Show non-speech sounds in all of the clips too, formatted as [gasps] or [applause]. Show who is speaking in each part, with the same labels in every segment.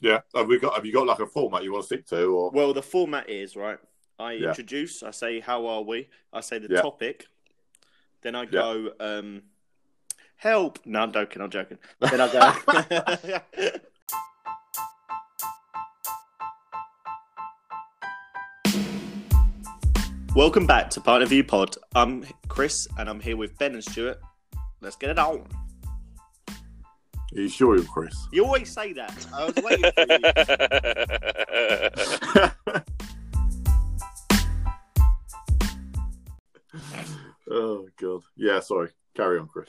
Speaker 1: Yeah. Have we got? Have you got like a format you want to stick to, or
Speaker 2: Well, the format is right. I
Speaker 1: Yeah.
Speaker 2: introduce. I say, "How are we?" I say the
Speaker 1: Yeah.
Speaker 2: topic. Then I go, um, "Help!" No, I'm joking. I'm joking.
Speaker 1: [laughs]
Speaker 2: Then I go. Welcome back to Partner View Pod. I'm Chris, and I'm here with Ben and Stuart. Let's get it on.
Speaker 1: are you sure you're Chris?
Speaker 2: You always say that. I was waiting for
Speaker 1: [laughs]
Speaker 2: you.
Speaker 1: oh god. Yeah. Sorry. Carry on, Chris.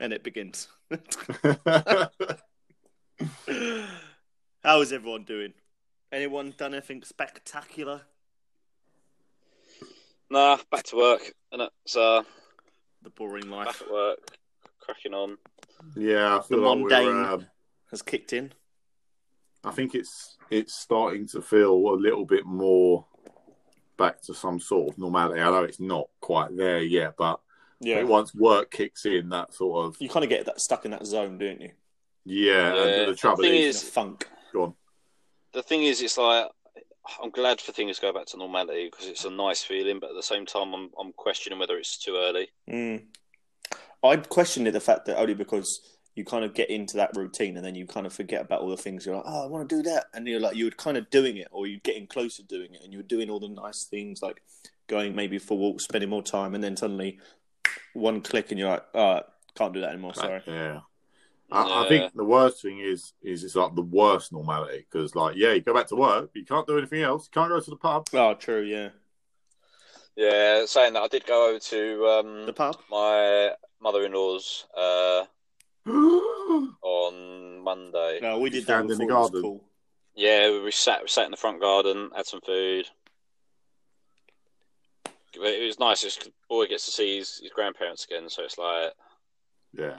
Speaker 2: and it begins. [laughs] [sighs] How is everyone doing? Anyone done anything spectacular?
Speaker 3: [laughs] nah, back to work, and so
Speaker 2: The boring
Speaker 3: back
Speaker 2: life
Speaker 3: at work, cracking on.
Speaker 1: yeah, I feel
Speaker 2: The
Speaker 1: like
Speaker 2: mundane.
Speaker 1: we're. Um,
Speaker 2: has kicked in.
Speaker 1: I think it's it's starting to feel a little bit more back to some sort of normality. I know it's not quite there yet, but I think once work kicks in, that sort of
Speaker 2: you kind of get that stuck in that zone, don't you?
Speaker 1: yeah.
Speaker 3: Yeah.
Speaker 1: And the trouble
Speaker 3: Thing
Speaker 1: is,
Speaker 2: It's a funk.
Speaker 1: go on.
Speaker 3: The thing is, it's like I'm glad for things to go back to normality because it's a nice feeling, but at the same time, I'm I'm questioning whether it's too early.
Speaker 2: Mm. I questioned it the fact that only because you kind of get into that routine and then you kind of forget about all the things. You're like, oh, I want to do that, and you're like, you were kind of doing it, or you're getting closer to doing it, and you're doing all the nice things like going maybe for walks, spending more time, and then suddenly one click, and you're like, oh, can't do that anymore. Sorry.
Speaker 1: Yeah. I, I think the worst thing is is it's like the worst normality because like yeah you go back to work but you can't do anything else you can't go to the pub [gasps]
Speaker 2: Oh, true. Yeah.
Speaker 3: Yeah, saying that, I did go over to
Speaker 2: The
Speaker 3: um,
Speaker 2: pub.
Speaker 3: my mother-in-law's uh,
Speaker 1: oh
Speaker 3: on Monday.
Speaker 2: No, we
Speaker 1: You
Speaker 2: did that
Speaker 1: stand in
Speaker 2: before.
Speaker 1: the
Speaker 2: It was
Speaker 1: garden.
Speaker 2: cool.
Speaker 3: Yeah, we sat we sat in the front garden, had some food. It was nice. It's, boy gets to see his, his grandparents again, so it's like
Speaker 1: yeah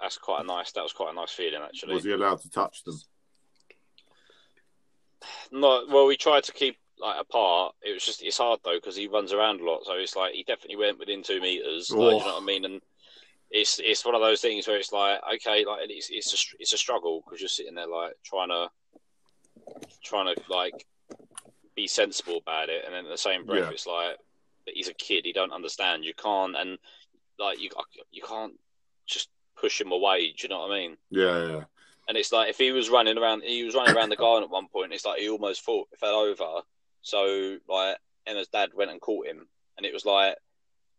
Speaker 3: that's quite a nice. That was quite a nice feeling, actually.
Speaker 1: was he allowed to touch them
Speaker 3: No, well, we tried to keep like apart. It was just it's hard though because he runs around a lot, so it's like he definitely went within two meters. Like, you
Speaker 1: Oh.
Speaker 3: know what I mean? And it's it's one of those things where it's like okay, like it's it's a str- it's a struggle because you're sitting there like trying to trying to like be sensible about it, and then at the same breath,
Speaker 1: Yeah.
Speaker 3: it's like but he's a kid, he don't understand. You can't and like you you can't just push him away. Do you know what I mean?
Speaker 1: yeah yeah
Speaker 3: And it's like if he was running around, he was running around the garden at one point. It's like he almost fall, fell over. So like Emma's dad went and caught him, and it was like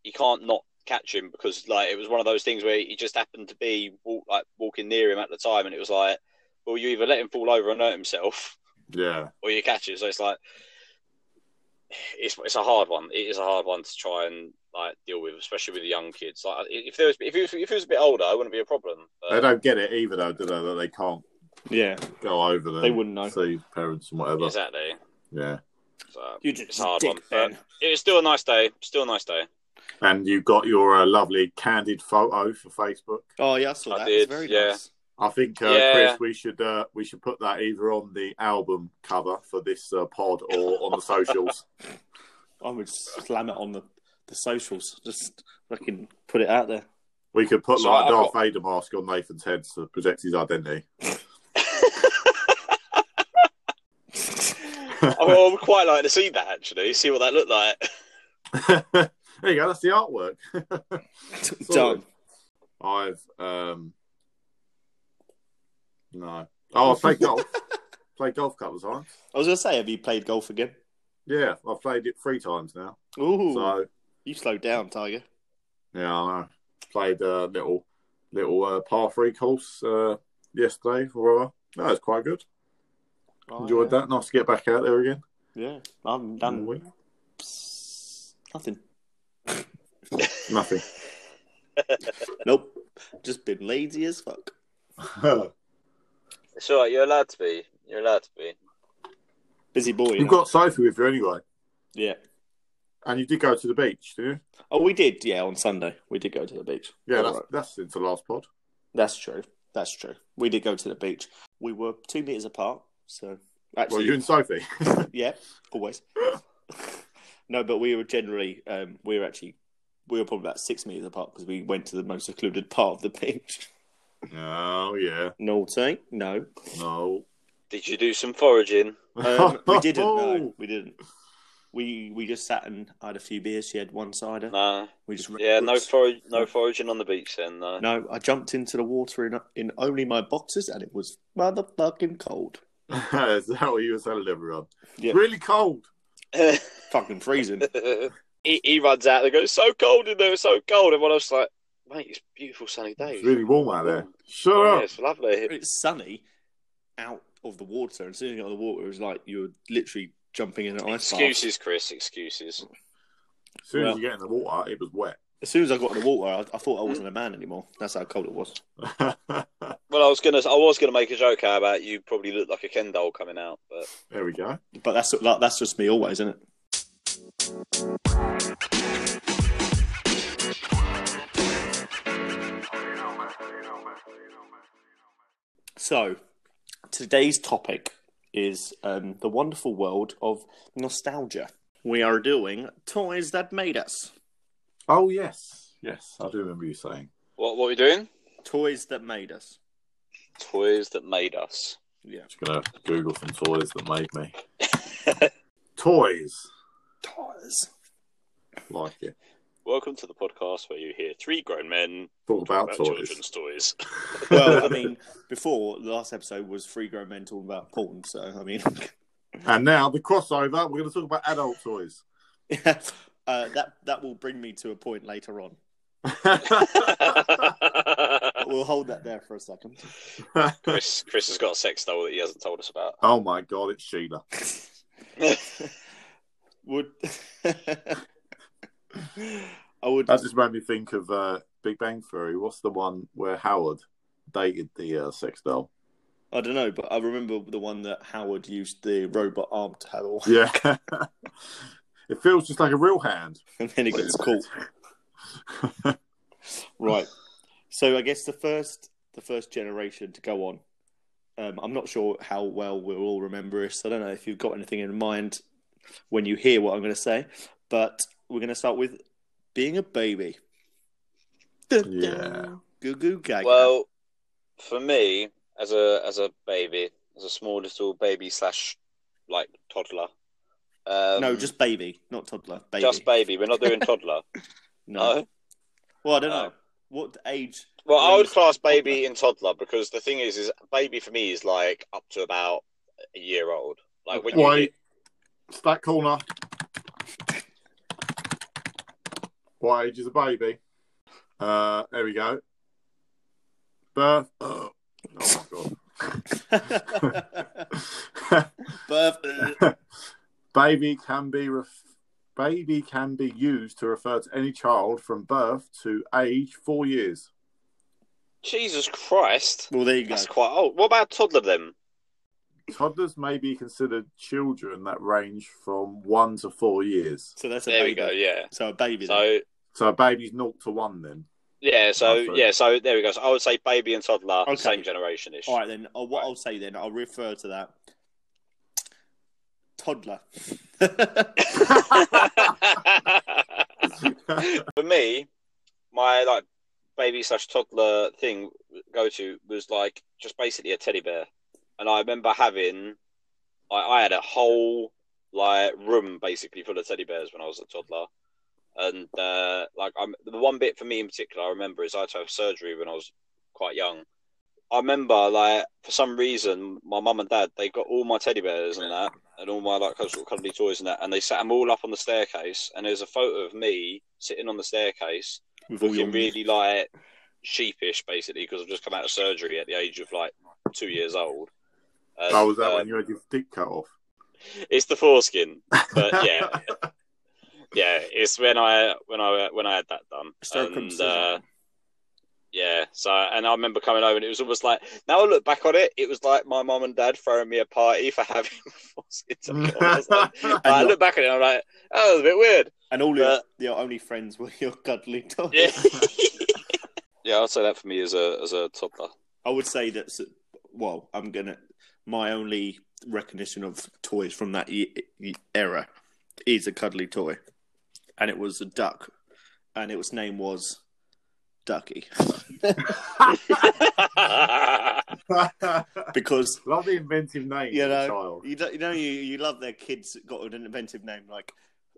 Speaker 3: you can't not catch him because like it was one of those things where he just happened to be walk, like walking near him at the time, and it was like, well, you either let him fall over and hurt himself, [laughs]
Speaker 1: yeah
Speaker 3: or you catch it. So it's like it's it's a hard one. It is a hard one to try and like deal with, especially with the young kids. Like if there was if he was if he was a bit older, it wouldn't be a problem. But-
Speaker 1: they don't get it either though do they that they can't
Speaker 2: Yeah,
Speaker 1: go over there
Speaker 2: they wouldn't know.
Speaker 1: see parents and whatever
Speaker 3: exactly.
Speaker 1: yeah
Speaker 3: So.
Speaker 2: You just
Speaker 3: It's a hard
Speaker 2: dick,
Speaker 3: one, but- It was still a nice day. Still a nice day.
Speaker 1: and you got your uh, lovely candid photo for Facebook
Speaker 2: Oh yeah, I saw
Speaker 3: I
Speaker 2: that.
Speaker 3: did,
Speaker 2: It's very
Speaker 3: yeah.
Speaker 2: nice.
Speaker 1: I think uh,
Speaker 3: Yeah.
Speaker 1: Chris we should uh, we should put that either on the album cover for this uh, pod or on the socials
Speaker 2: I would slam it on the, the socials. Just fucking put it
Speaker 1: [laughs]
Speaker 2: out there.
Speaker 1: We could put
Speaker 3: So
Speaker 1: like
Speaker 3: I've
Speaker 1: a Darth Vader mask on Nathan's head to protect his identity.
Speaker 3: [laughs] Oh, I would quite like to see that actually. See what that looked like.
Speaker 1: [laughs] there you go. That's the artwork. [laughs]
Speaker 2: Done.
Speaker 1: I've um no. Oh, I played golf. played golf a couple of times.
Speaker 2: I was gonna say, have you played golf again?
Speaker 1: Yeah, I've played it three times now.
Speaker 2: Ooh,
Speaker 1: So
Speaker 2: you slowed down, Tiger.
Speaker 1: yeah, I know. played a little little uh, par three course uh, yesterday for a while. That was quite good.
Speaker 2: Oh,
Speaker 1: Enjoyed that. Nice to get back out there again.
Speaker 2: Yeah, I haven't
Speaker 1: In the
Speaker 2: done
Speaker 1: week. Mm-hmm.
Speaker 2: nothing.
Speaker 1: Nothing. [laughs]
Speaker 2: Nope, just been lazy as fuck.
Speaker 3: It's all right. You're allowed to be. You're allowed to be.
Speaker 2: Busy boy. you
Speaker 1: You've
Speaker 2: know?
Speaker 1: got Sophie with you anyway,
Speaker 2: Yeah.
Speaker 1: and you did go to the beach, didn't you?
Speaker 2: Oh, we did. Yeah, on Sunday we did go to the beach.
Speaker 1: Yeah,
Speaker 2: All
Speaker 1: that's,
Speaker 2: right.
Speaker 1: that's since the last pod.
Speaker 2: That's true. That's true. We did go to the beach. We were two meters apart, so actually,
Speaker 1: Well, you and Sophie.
Speaker 2: yeah, always. [laughs] no, but we were generally um, we were actually we were probably about six meters apart because we went to the [laughs] most secluded part of the beach.
Speaker 1: oh yeah,
Speaker 2: Naughty? No.
Speaker 1: no, Oh.
Speaker 3: Did you do some foraging?
Speaker 1: [laughs]
Speaker 2: Um, we didn't. No, we didn't. We we just sat and had a few beers. She had one cider.
Speaker 3: No.
Speaker 2: We just read
Speaker 3: Yeah, no
Speaker 2: books.
Speaker 3: forage, no foraging on the beach then. No.
Speaker 2: No, I jumped into the water in in only my boxes, and it was motherfucking cold.
Speaker 1: Is that what you were telling everyone?
Speaker 2: Yeah.
Speaker 1: Really cold.
Speaker 3: [laughs]
Speaker 2: Fucking freezing.
Speaker 3: he, he runs out. They go, "It's so cold in there. It's so cold." Everyone else is like, "Mate, it's a beautiful sunny day.
Speaker 1: It's really warm out there. Shut
Speaker 2: Oh,
Speaker 3: Yeah,
Speaker 1: up.
Speaker 3: it's
Speaker 2: [laughs]
Speaker 3: lovely."
Speaker 2: it's sunny out of the water, and as soon as you got out of the water, it was like you were literally jumping in an ice bath.
Speaker 3: Excuses, Chris. Excuses.
Speaker 1: As soon
Speaker 2: Well-
Speaker 1: as you get in the water, it was wet. [laughs]
Speaker 2: As soon as I got in the water, I, I thought I wasn't a man anymore. That's how cold it was.
Speaker 3: Well, I was gonna, I was gonna make a joke out about you. Probably look like a Ken doll coming out, but
Speaker 1: there we go.
Speaker 2: But that's like, that's just me always, isn't it? So, today's topic is um, the wonderful world of nostalgia. We are doing toys that made us.
Speaker 1: Oh yes, yes, I do remember you saying.
Speaker 3: what, what are we doing?
Speaker 2: Toys that made us.
Speaker 3: Toys that made us.
Speaker 2: Yeah.
Speaker 1: Just gonna Google some toys that made me.
Speaker 2: [laughs]
Speaker 1: toys
Speaker 2: Toys.
Speaker 1: like it.
Speaker 3: Welcome to the podcast where you hear three grown men
Speaker 1: Talk about,
Speaker 3: about
Speaker 1: toys.
Speaker 2: [laughs]
Speaker 3: children's toys.
Speaker 2: Well, I mean, before the last episode was three grown men talking about porn. So, I mean,
Speaker 1: [laughs]
Speaker 2: [laughs]
Speaker 1: And now the crossover. We're gonna talk about adult
Speaker 2: [laughs]
Speaker 1: toys.
Speaker 2: uh, that that will bring me to a point later on. But we'll hold that there for a second. [laughs]
Speaker 3: Chris, Chris has got a sex doll that he hasn't told us about.
Speaker 1: oh my god, it's Sheila.
Speaker 2: Would [laughs] I would
Speaker 1: That just made me think of uh, Big Bang Theory. What's the one where Howard dated the uh, sex doll?
Speaker 2: I don't know, but I remember the one that Howard used the robot arm to handle,
Speaker 1: Yeah. [laughs] it feels just like a real hand.
Speaker 2: [laughs] and then he gets caught. Right. So I guess the first the first generation to go on. Um, I'm not sure how well we'll all remember this. I don't know if you've got anything in mind when you hear what I'm going to say, but we're going to start with being a baby. Dun, dun.
Speaker 1: Yeah.
Speaker 2: Goo goo gaga.
Speaker 3: Well, for me, as a as a baby, as a small little baby slash like toddler. Um,
Speaker 2: no, just baby, not toddler. Baby.
Speaker 3: just baby. We're not doing toddler.
Speaker 2: [laughs] No.
Speaker 3: no.
Speaker 2: Well, I don't
Speaker 3: No.
Speaker 2: know what age. [laughs]
Speaker 3: Well, I would
Speaker 2: Yes.
Speaker 3: class baby in toddler because the thing is, is baby for me is like up to about a year old. Like when you
Speaker 1: Wait,
Speaker 3: hit-
Speaker 1: it's that corner. What age is a baby? Uh, there we go. Birth. [gasps] Oh, oh [laughs] my
Speaker 3: [laughs]
Speaker 2: Birth.
Speaker 1: god. [laughs] baby can be ref- baby can be used to refer to any child from birth to age four years.
Speaker 3: Jesus Christ,
Speaker 2: Well, there you go.
Speaker 3: that's quite old. What about toddler then?
Speaker 1: Toddlers may be considered children that range from one to four years.
Speaker 2: So that's a
Speaker 3: There we
Speaker 2: baby.
Speaker 3: go. Yeah.
Speaker 2: So a baby. then.
Speaker 3: So
Speaker 1: So a baby's naught to one
Speaker 2: [laughs]
Speaker 1: then.
Speaker 3: yeah, so
Speaker 1: Lovely.
Speaker 3: yeah, so there we go. So I would say baby and toddler,
Speaker 2: Okay.
Speaker 3: same generation ish.
Speaker 2: All right, then. Uh, what I'll say then, I'll refer to that
Speaker 3: [laughs]
Speaker 2: toddler.
Speaker 3: [laughs]
Speaker 2: [laughs]
Speaker 3: for me, my like baby slash toddler thing go to was like just basically a teddy bear, and I remember having, I, I had a whole like room basically full of teddy bears when I was a toddler, and uh, like I'm the one bit for me in particular I remember is I had to have surgery when I was quite young. I remember like for some reason my mum and dad they got all my teddy bears and that and all my like sort of cuddly toys and that, and they sat them all up on the staircase. And there's a photo of me sitting on the staircase,
Speaker 2: With all your
Speaker 3: looking really like sheepish, basically, because I've just come out of surgery at the age of like two years old. And,
Speaker 1: Oh, was that
Speaker 3: uh,
Speaker 1: when you had your dick cut
Speaker 2: [laughs]
Speaker 1: off?
Speaker 3: It's the foreskin, but yeah, yeah, it's when I when I when I had that done. And,
Speaker 2: circumcision.
Speaker 3: uh, yeah, so and I remember coming home and it was almost like now I look back on it, it was like my mum and dad throwing me a party for having [laughs] foreskin. taken off. I, was like,
Speaker 2: [laughs] And
Speaker 3: I
Speaker 2: your-
Speaker 3: look back at it, and I'm like, oh, that was a bit weird.
Speaker 2: and all your,
Speaker 3: uh,
Speaker 2: your only friends were your
Speaker 3: [laughs]
Speaker 2: cuddly toys.
Speaker 3: Yeah. yeah, I'd say that for me as a as a [laughs] toddler.
Speaker 2: I would say that. Well, I'm gonna. My only recognition of toys from that e- e- era is a cuddly toy, and it was a duck, and its name was Ducky.
Speaker 3: I
Speaker 2: [laughs] because
Speaker 1: Love the inventive name
Speaker 2: You
Speaker 1: of
Speaker 2: know,
Speaker 1: the child.
Speaker 2: you, don't, you know you, you love their kids that got an inventive name like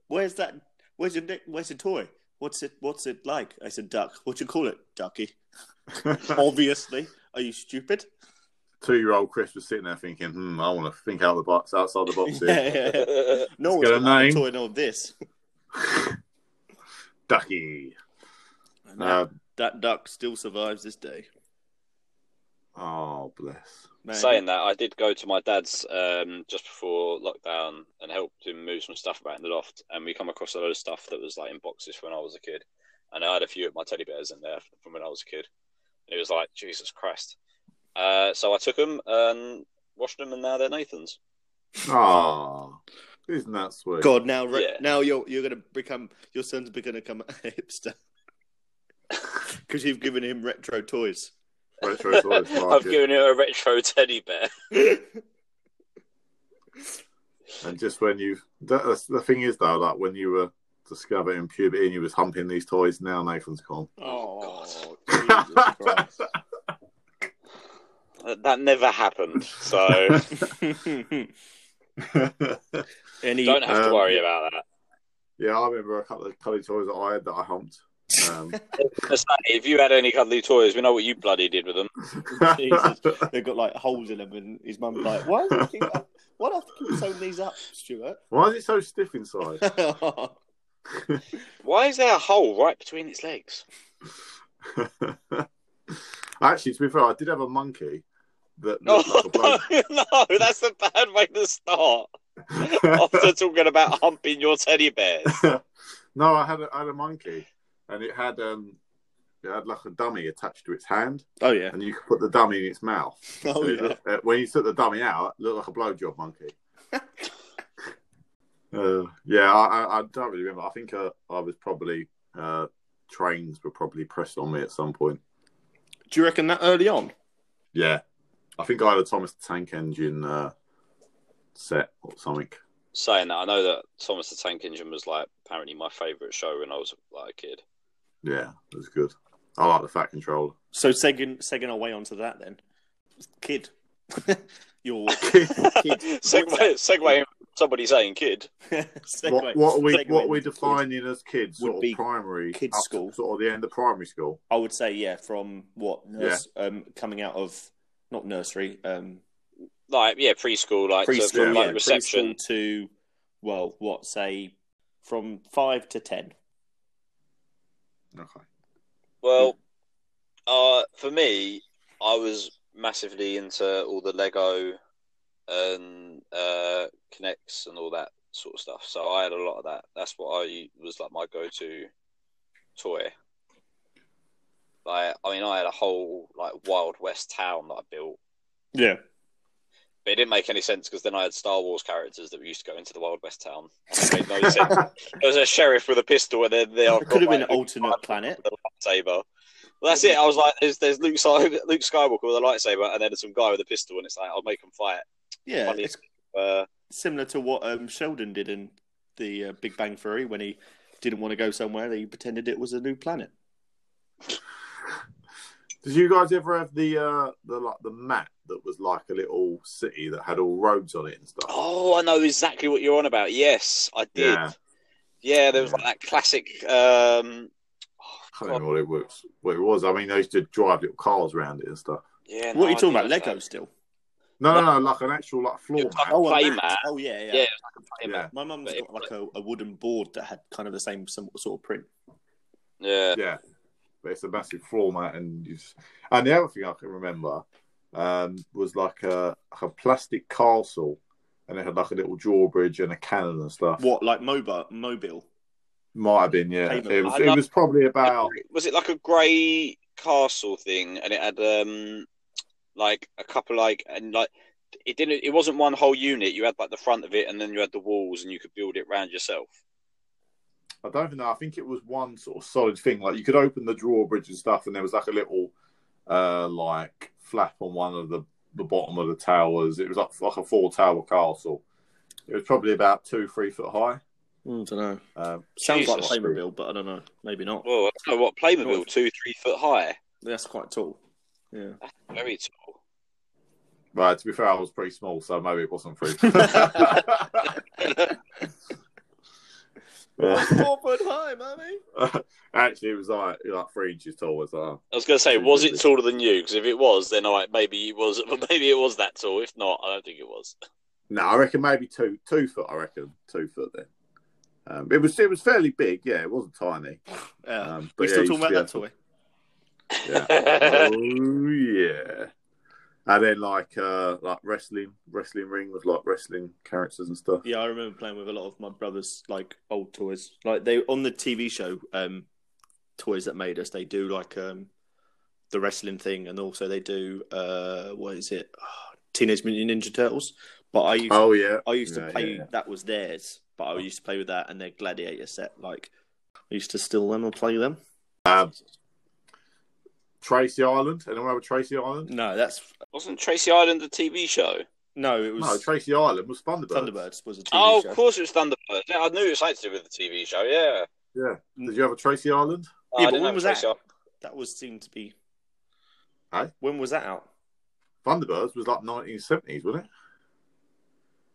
Speaker 2: where's that where's your neck- where's your toy what's it what's it like I said duck what you call it ducky
Speaker 1: [laughs]
Speaker 2: obviously are you stupid
Speaker 1: Two year old Chris was sitting there thinking, hmm, I want to think out of the box, outside the box here.
Speaker 2: Yeah, yeah, yeah. [laughs]
Speaker 3: [laughs]
Speaker 2: no one's
Speaker 1: get a
Speaker 2: got a
Speaker 1: name.
Speaker 2: toy nor
Speaker 1: [laughs]
Speaker 2: this
Speaker 1: Ducky.
Speaker 2: And that,
Speaker 1: Uh,
Speaker 2: that duck still survives this day
Speaker 1: oh, bless.
Speaker 2: Man.
Speaker 3: Saying that, I did go to my dad's um, just before lockdown and helped him move some stuff about in the loft, and we come across a load of stuff that was like in boxes from when I was a kid, and I had a few of my teddy bears in there from when I was a kid, and it was like Jesus Christ. Uh, so I took them and washed them, and now they're Nathan's.
Speaker 1: Oh, isn't that sweet?
Speaker 2: God, now re-
Speaker 3: Yeah.
Speaker 2: now you're you're gonna become your son's gonna become a [laughs]
Speaker 3: [laughs]
Speaker 2: hipster because you've given him retro toys.
Speaker 1: Retro
Speaker 3: [laughs]
Speaker 1: toys
Speaker 3: I've
Speaker 1: market.
Speaker 3: given him a retro teddy bear. Oh,
Speaker 2: [laughs]
Speaker 1: And just when you, that, that's, the thing is though, like when you were discovering puberty and you was humping these toys, now Nathan's gone.
Speaker 3: [laughs] Oh,
Speaker 2: [laughs] Jesus Christ.
Speaker 3: That- That never happened, [laughs] so
Speaker 2: [laughs] Any
Speaker 3: don't have to
Speaker 1: Um,
Speaker 3: worry about that.
Speaker 1: [laughs] yeah, I remember a couple of colour toys that I had that I humped. Um,
Speaker 3: Just say, if you had any cuddly toys, we know what you bloody did with them.
Speaker 2: [laughs] Jesus. they've got like holes in them, and his mum's like, "Why do you keep why do I have to keep sewing these up, Stuart?"
Speaker 1: [laughs]
Speaker 2: [laughs]
Speaker 1: Why is it so stiff inside? [laughs]
Speaker 2: Oh,
Speaker 3: Why is there a hole right between its legs?
Speaker 1: Actually, to be fair, I did have a monkey that
Speaker 3: No,
Speaker 1: looked like a bloke.
Speaker 3: [laughs] no, that's a bad way to start.
Speaker 2: Oh, [laughs]
Speaker 3: After talking about humping your teddy bears.
Speaker 1: [laughs] no, I had a, I had a monkey, and it had um, it had like a dummy attached to its hand,
Speaker 2: oh yeah,
Speaker 1: and you could put the dummy in its mouth.
Speaker 2: [laughs] oh
Speaker 1: And it
Speaker 2: yeah.
Speaker 1: looked- uh, when you took the dummy out, it looked like a blowjob
Speaker 2: [laughs]
Speaker 1: monkey. uh, yeah, I, I, I don't really remember. I think uh, I was probably uh, trains were probably pressed on me at some point.
Speaker 2: Do you reckon that early on?
Speaker 1: Yeah, I think I had a Thomas the Tank Engine uh, set or something.
Speaker 3: Saying that, I know that Thomas the Tank Engine was like apparently my favourite show when I was like a kid.
Speaker 1: Yeah, it was good. I like the fat controller.
Speaker 2: So segging segging our way onto that then, kid, [laughs] your [laughs]
Speaker 3: [laughs] Segway, segue from somebody saying kid.
Speaker 1: what, what are we
Speaker 2: Segway
Speaker 1: what are we
Speaker 2: kid.
Speaker 1: defining as kids?
Speaker 2: Would
Speaker 1: Sort
Speaker 2: be
Speaker 1: of primary
Speaker 2: kids'
Speaker 1: up to
Speaker 2: school.
Speaker 1: sort of the end of primary school.
Speaker 2: I would say yeah, from what nurse, um, coming out of not nursery, um,
Speaker 3: Like, yeah, preschool, like, to-
Speaker 2: preschool,
Speaker 1: yeah,
Speaker 3: like
Speaker 2: yeah,
Speaker 3: reception.
Speaker 2: preschool to well, what say from five to ten?
Speaker 1: Okay.
Speaker 3: Well, uh, for me, I was massively into all the Lego and uh, Connects and all that sort of stuff. So I had a lot of that. That's what I was like my go-to toy. Like, I mean, I had a whole like Wild West town that I built,
Speaker 2: Yeah,
Speaker 3: but it didn't make any sense because then I had Star Wars characters that we used to go into the Wild West town. It made
Speaker 1: [laughs]
Speaker 3: no
Speaker 2: [laughs]
Speaker 3: sense. There was a sheriff with a pistol, and then they
Speaker 2: it could have been an alternate planet.
Speaker 3: the lightsaber. Well, that's it. I was like, there's, there's Luke, Sky- Luke Skywalker with a lightsaber, and then there's some guy with a pistol, and it's like, I'll make him fight.
Speaker 2: Yeah,
Speaker 3: Funny.
Speaker 2: it's
Speaker 3: Uh,
Speaker 2: similar to what um, Sheldon did in the uh, Big Bang Theory when he didn't want to go somewhere, he pretended it was a new planet.
Speaker 1: Did you guys ever have the uh the like the map that was like a little city that had all roads on it and stuff?
Speaker 3: oh, I know exactly what you're on about. Yes, I did. Yeah,
Speaker 1: Yeah.
Speaker 3: there was like that classic. Um, oh,
Speaker 1: I
Speaker 3: God.
Speaker 1: don't know what it was. What it was. I mean, they used to drive little cars around it and stuff.
Speaker 3: Yeah,
Speaker 2: what are
Speaker 3: no,
Speaker 2: you
Speaker 3: I
Speaker 2: talking
Speaker 3: do
Speaker 2: about?
Speaker 3: know
Speaker 2: Lego still?
Speaker 1: No, no, no, like an actual like floor
Speaker 3: You're
Speaker 1: map.
Speaker 3: covered.
Speaker 2: Oh, a
Speaker 3: Play
Speaker 2: mat.
Speaker 3: mat.
Speaker 2: Oh yeah, yeah.
Speaker 3: Yeah.
Speaker 1: Yeah,
Speaker 2: My mum's
Speaker 3: But
Speaker 2: got
Speaker 3: it-
Speaker 2: like a, a wooden board that had kind of the same some sort of print.
Speaker 3: that. Yeah.
Speaker 1: yeah. But it's a massive floor mat, and you just... and the other thing I can remember um, was like a, a plastic castle, and it had like a little drawbridge and a cannon and stuff.
Speaker 2: What like mobile mobile?
Speaker 1: Might have been, yeah.
Speaker 2: Payment.
Speaker 1: It was,
Speaker 3: I
Speaker 1: it
Speaker 3: love-
Speaker 1: was probably about
Speaker 3: Was it like a grey castle thing, and it had um, like a couple like and like. It didn't. It wasn't one whole unit. You had like the front of it, and then you had the walls, and you could build it round yourself.
Speaker 1: I don't even know. I think it was one sort of solid thing. Like you could open the drawbridge and stuff, and there was like a little uh like flap on one of the the bottom of the towers. It was like, like a four tower castle. It was probably about two three foot high.
Speaker 3: Hmm,
Speaker 2: I don't know.
Speaker 1: Um,
Speaker 2: Sounds
Speaker 3: Jesus.
Speaker 2: like Playmobil, but I don't know. Maybe not.
Speaker 3: Well, I don't know what Playmobil
Speaker 2: Nice.
Speaker 3: two, three foot high. [laughs]
Speaker 2: That's quite tall. Yeah.
Speaker 3: Very tall.
Speaker 1: Right, to be fair, I was pretty small, so maybe it wasn't
Speaker 2: [laughs]
Speaker 1: free.
Speaker 2: Four foot high, mummy.
Speaker 1: Actually, it was like like three inches tall. Was like,
Speaker 3: I was going to say, was it taller than you? Because if it was, then all right, maybe it was. [laughs] Maybe it was that tall. If not, I don't think it was.
Speaker 1: no, I reckon maybe two two foot. I reckon two foot then. Um, it was it was fairly big. Yeah, it wasn't tiny.
Speaker 2: Yeah.
Speaker 1: Um,
Speaker 2: we
Speaker 1: but
Speaker 2: still
Speaker 1: yeah,
Speaker 2: talking about
Speaker 1: yeah,
Speaker 2: that [laughs]
Speaker 1: Yeah.
Speaker 2: toy.
Speaker 1: oh yeah. And then like uh like wrestling wrestling ring with like wrestling characters and stuff.
Speaker 2: Yeah, I remember playing with a lot of my brother's like old toys. Like they on the TV show, um, toys that made us. They do like um, the wrestling thing, and also they do uh, what is it, [sighs] Teenage Mutant Ninja Turtles. But I used,
Speaker 1: Oh yeah.
Speaker 2: I used to
Speaker 1: Yeah,
Speaker 2: play
Speaker 1: yeah, yeah.
Speaker 2: that was theirs, but I used to play with that and their Gladiator set. Like I used to steal them and play them.
Speaker 1: Um, Tracy Island. Anyone remember Tracy Island?
Speaker 2: No, that's
Speaker 3: [laughs] Wasn't Tracy Island the TV show?
Speaker 2: no, it was
Speaker 1: No, Tracy Island was Thunderbirds.
Speaker 2: Thunderbirds was a TV
Speaker 3: oh,
Speaker 2: show.
Speaker 3: of course it was Thunderbird. Yeah, I knew it was something to do with the TV show. Yeah.
Speaker 1: Did you have a Tracy Island?
Speaker 3: No,
Speaker 2: Yeah, but
Speaker 3: I didn't
Speaker 2: when
Speaker 3: have
Speaker 2: was
Speaker 3: Tracy
Speaker 2: that?
Speaker 3: Island.
Speaker 2: That was seemed to be.
Speaker 1: Huh?
Speaker 2: When was that out?
Speaker 1: Thunderbirds was like nineteen seventies, wasn't it?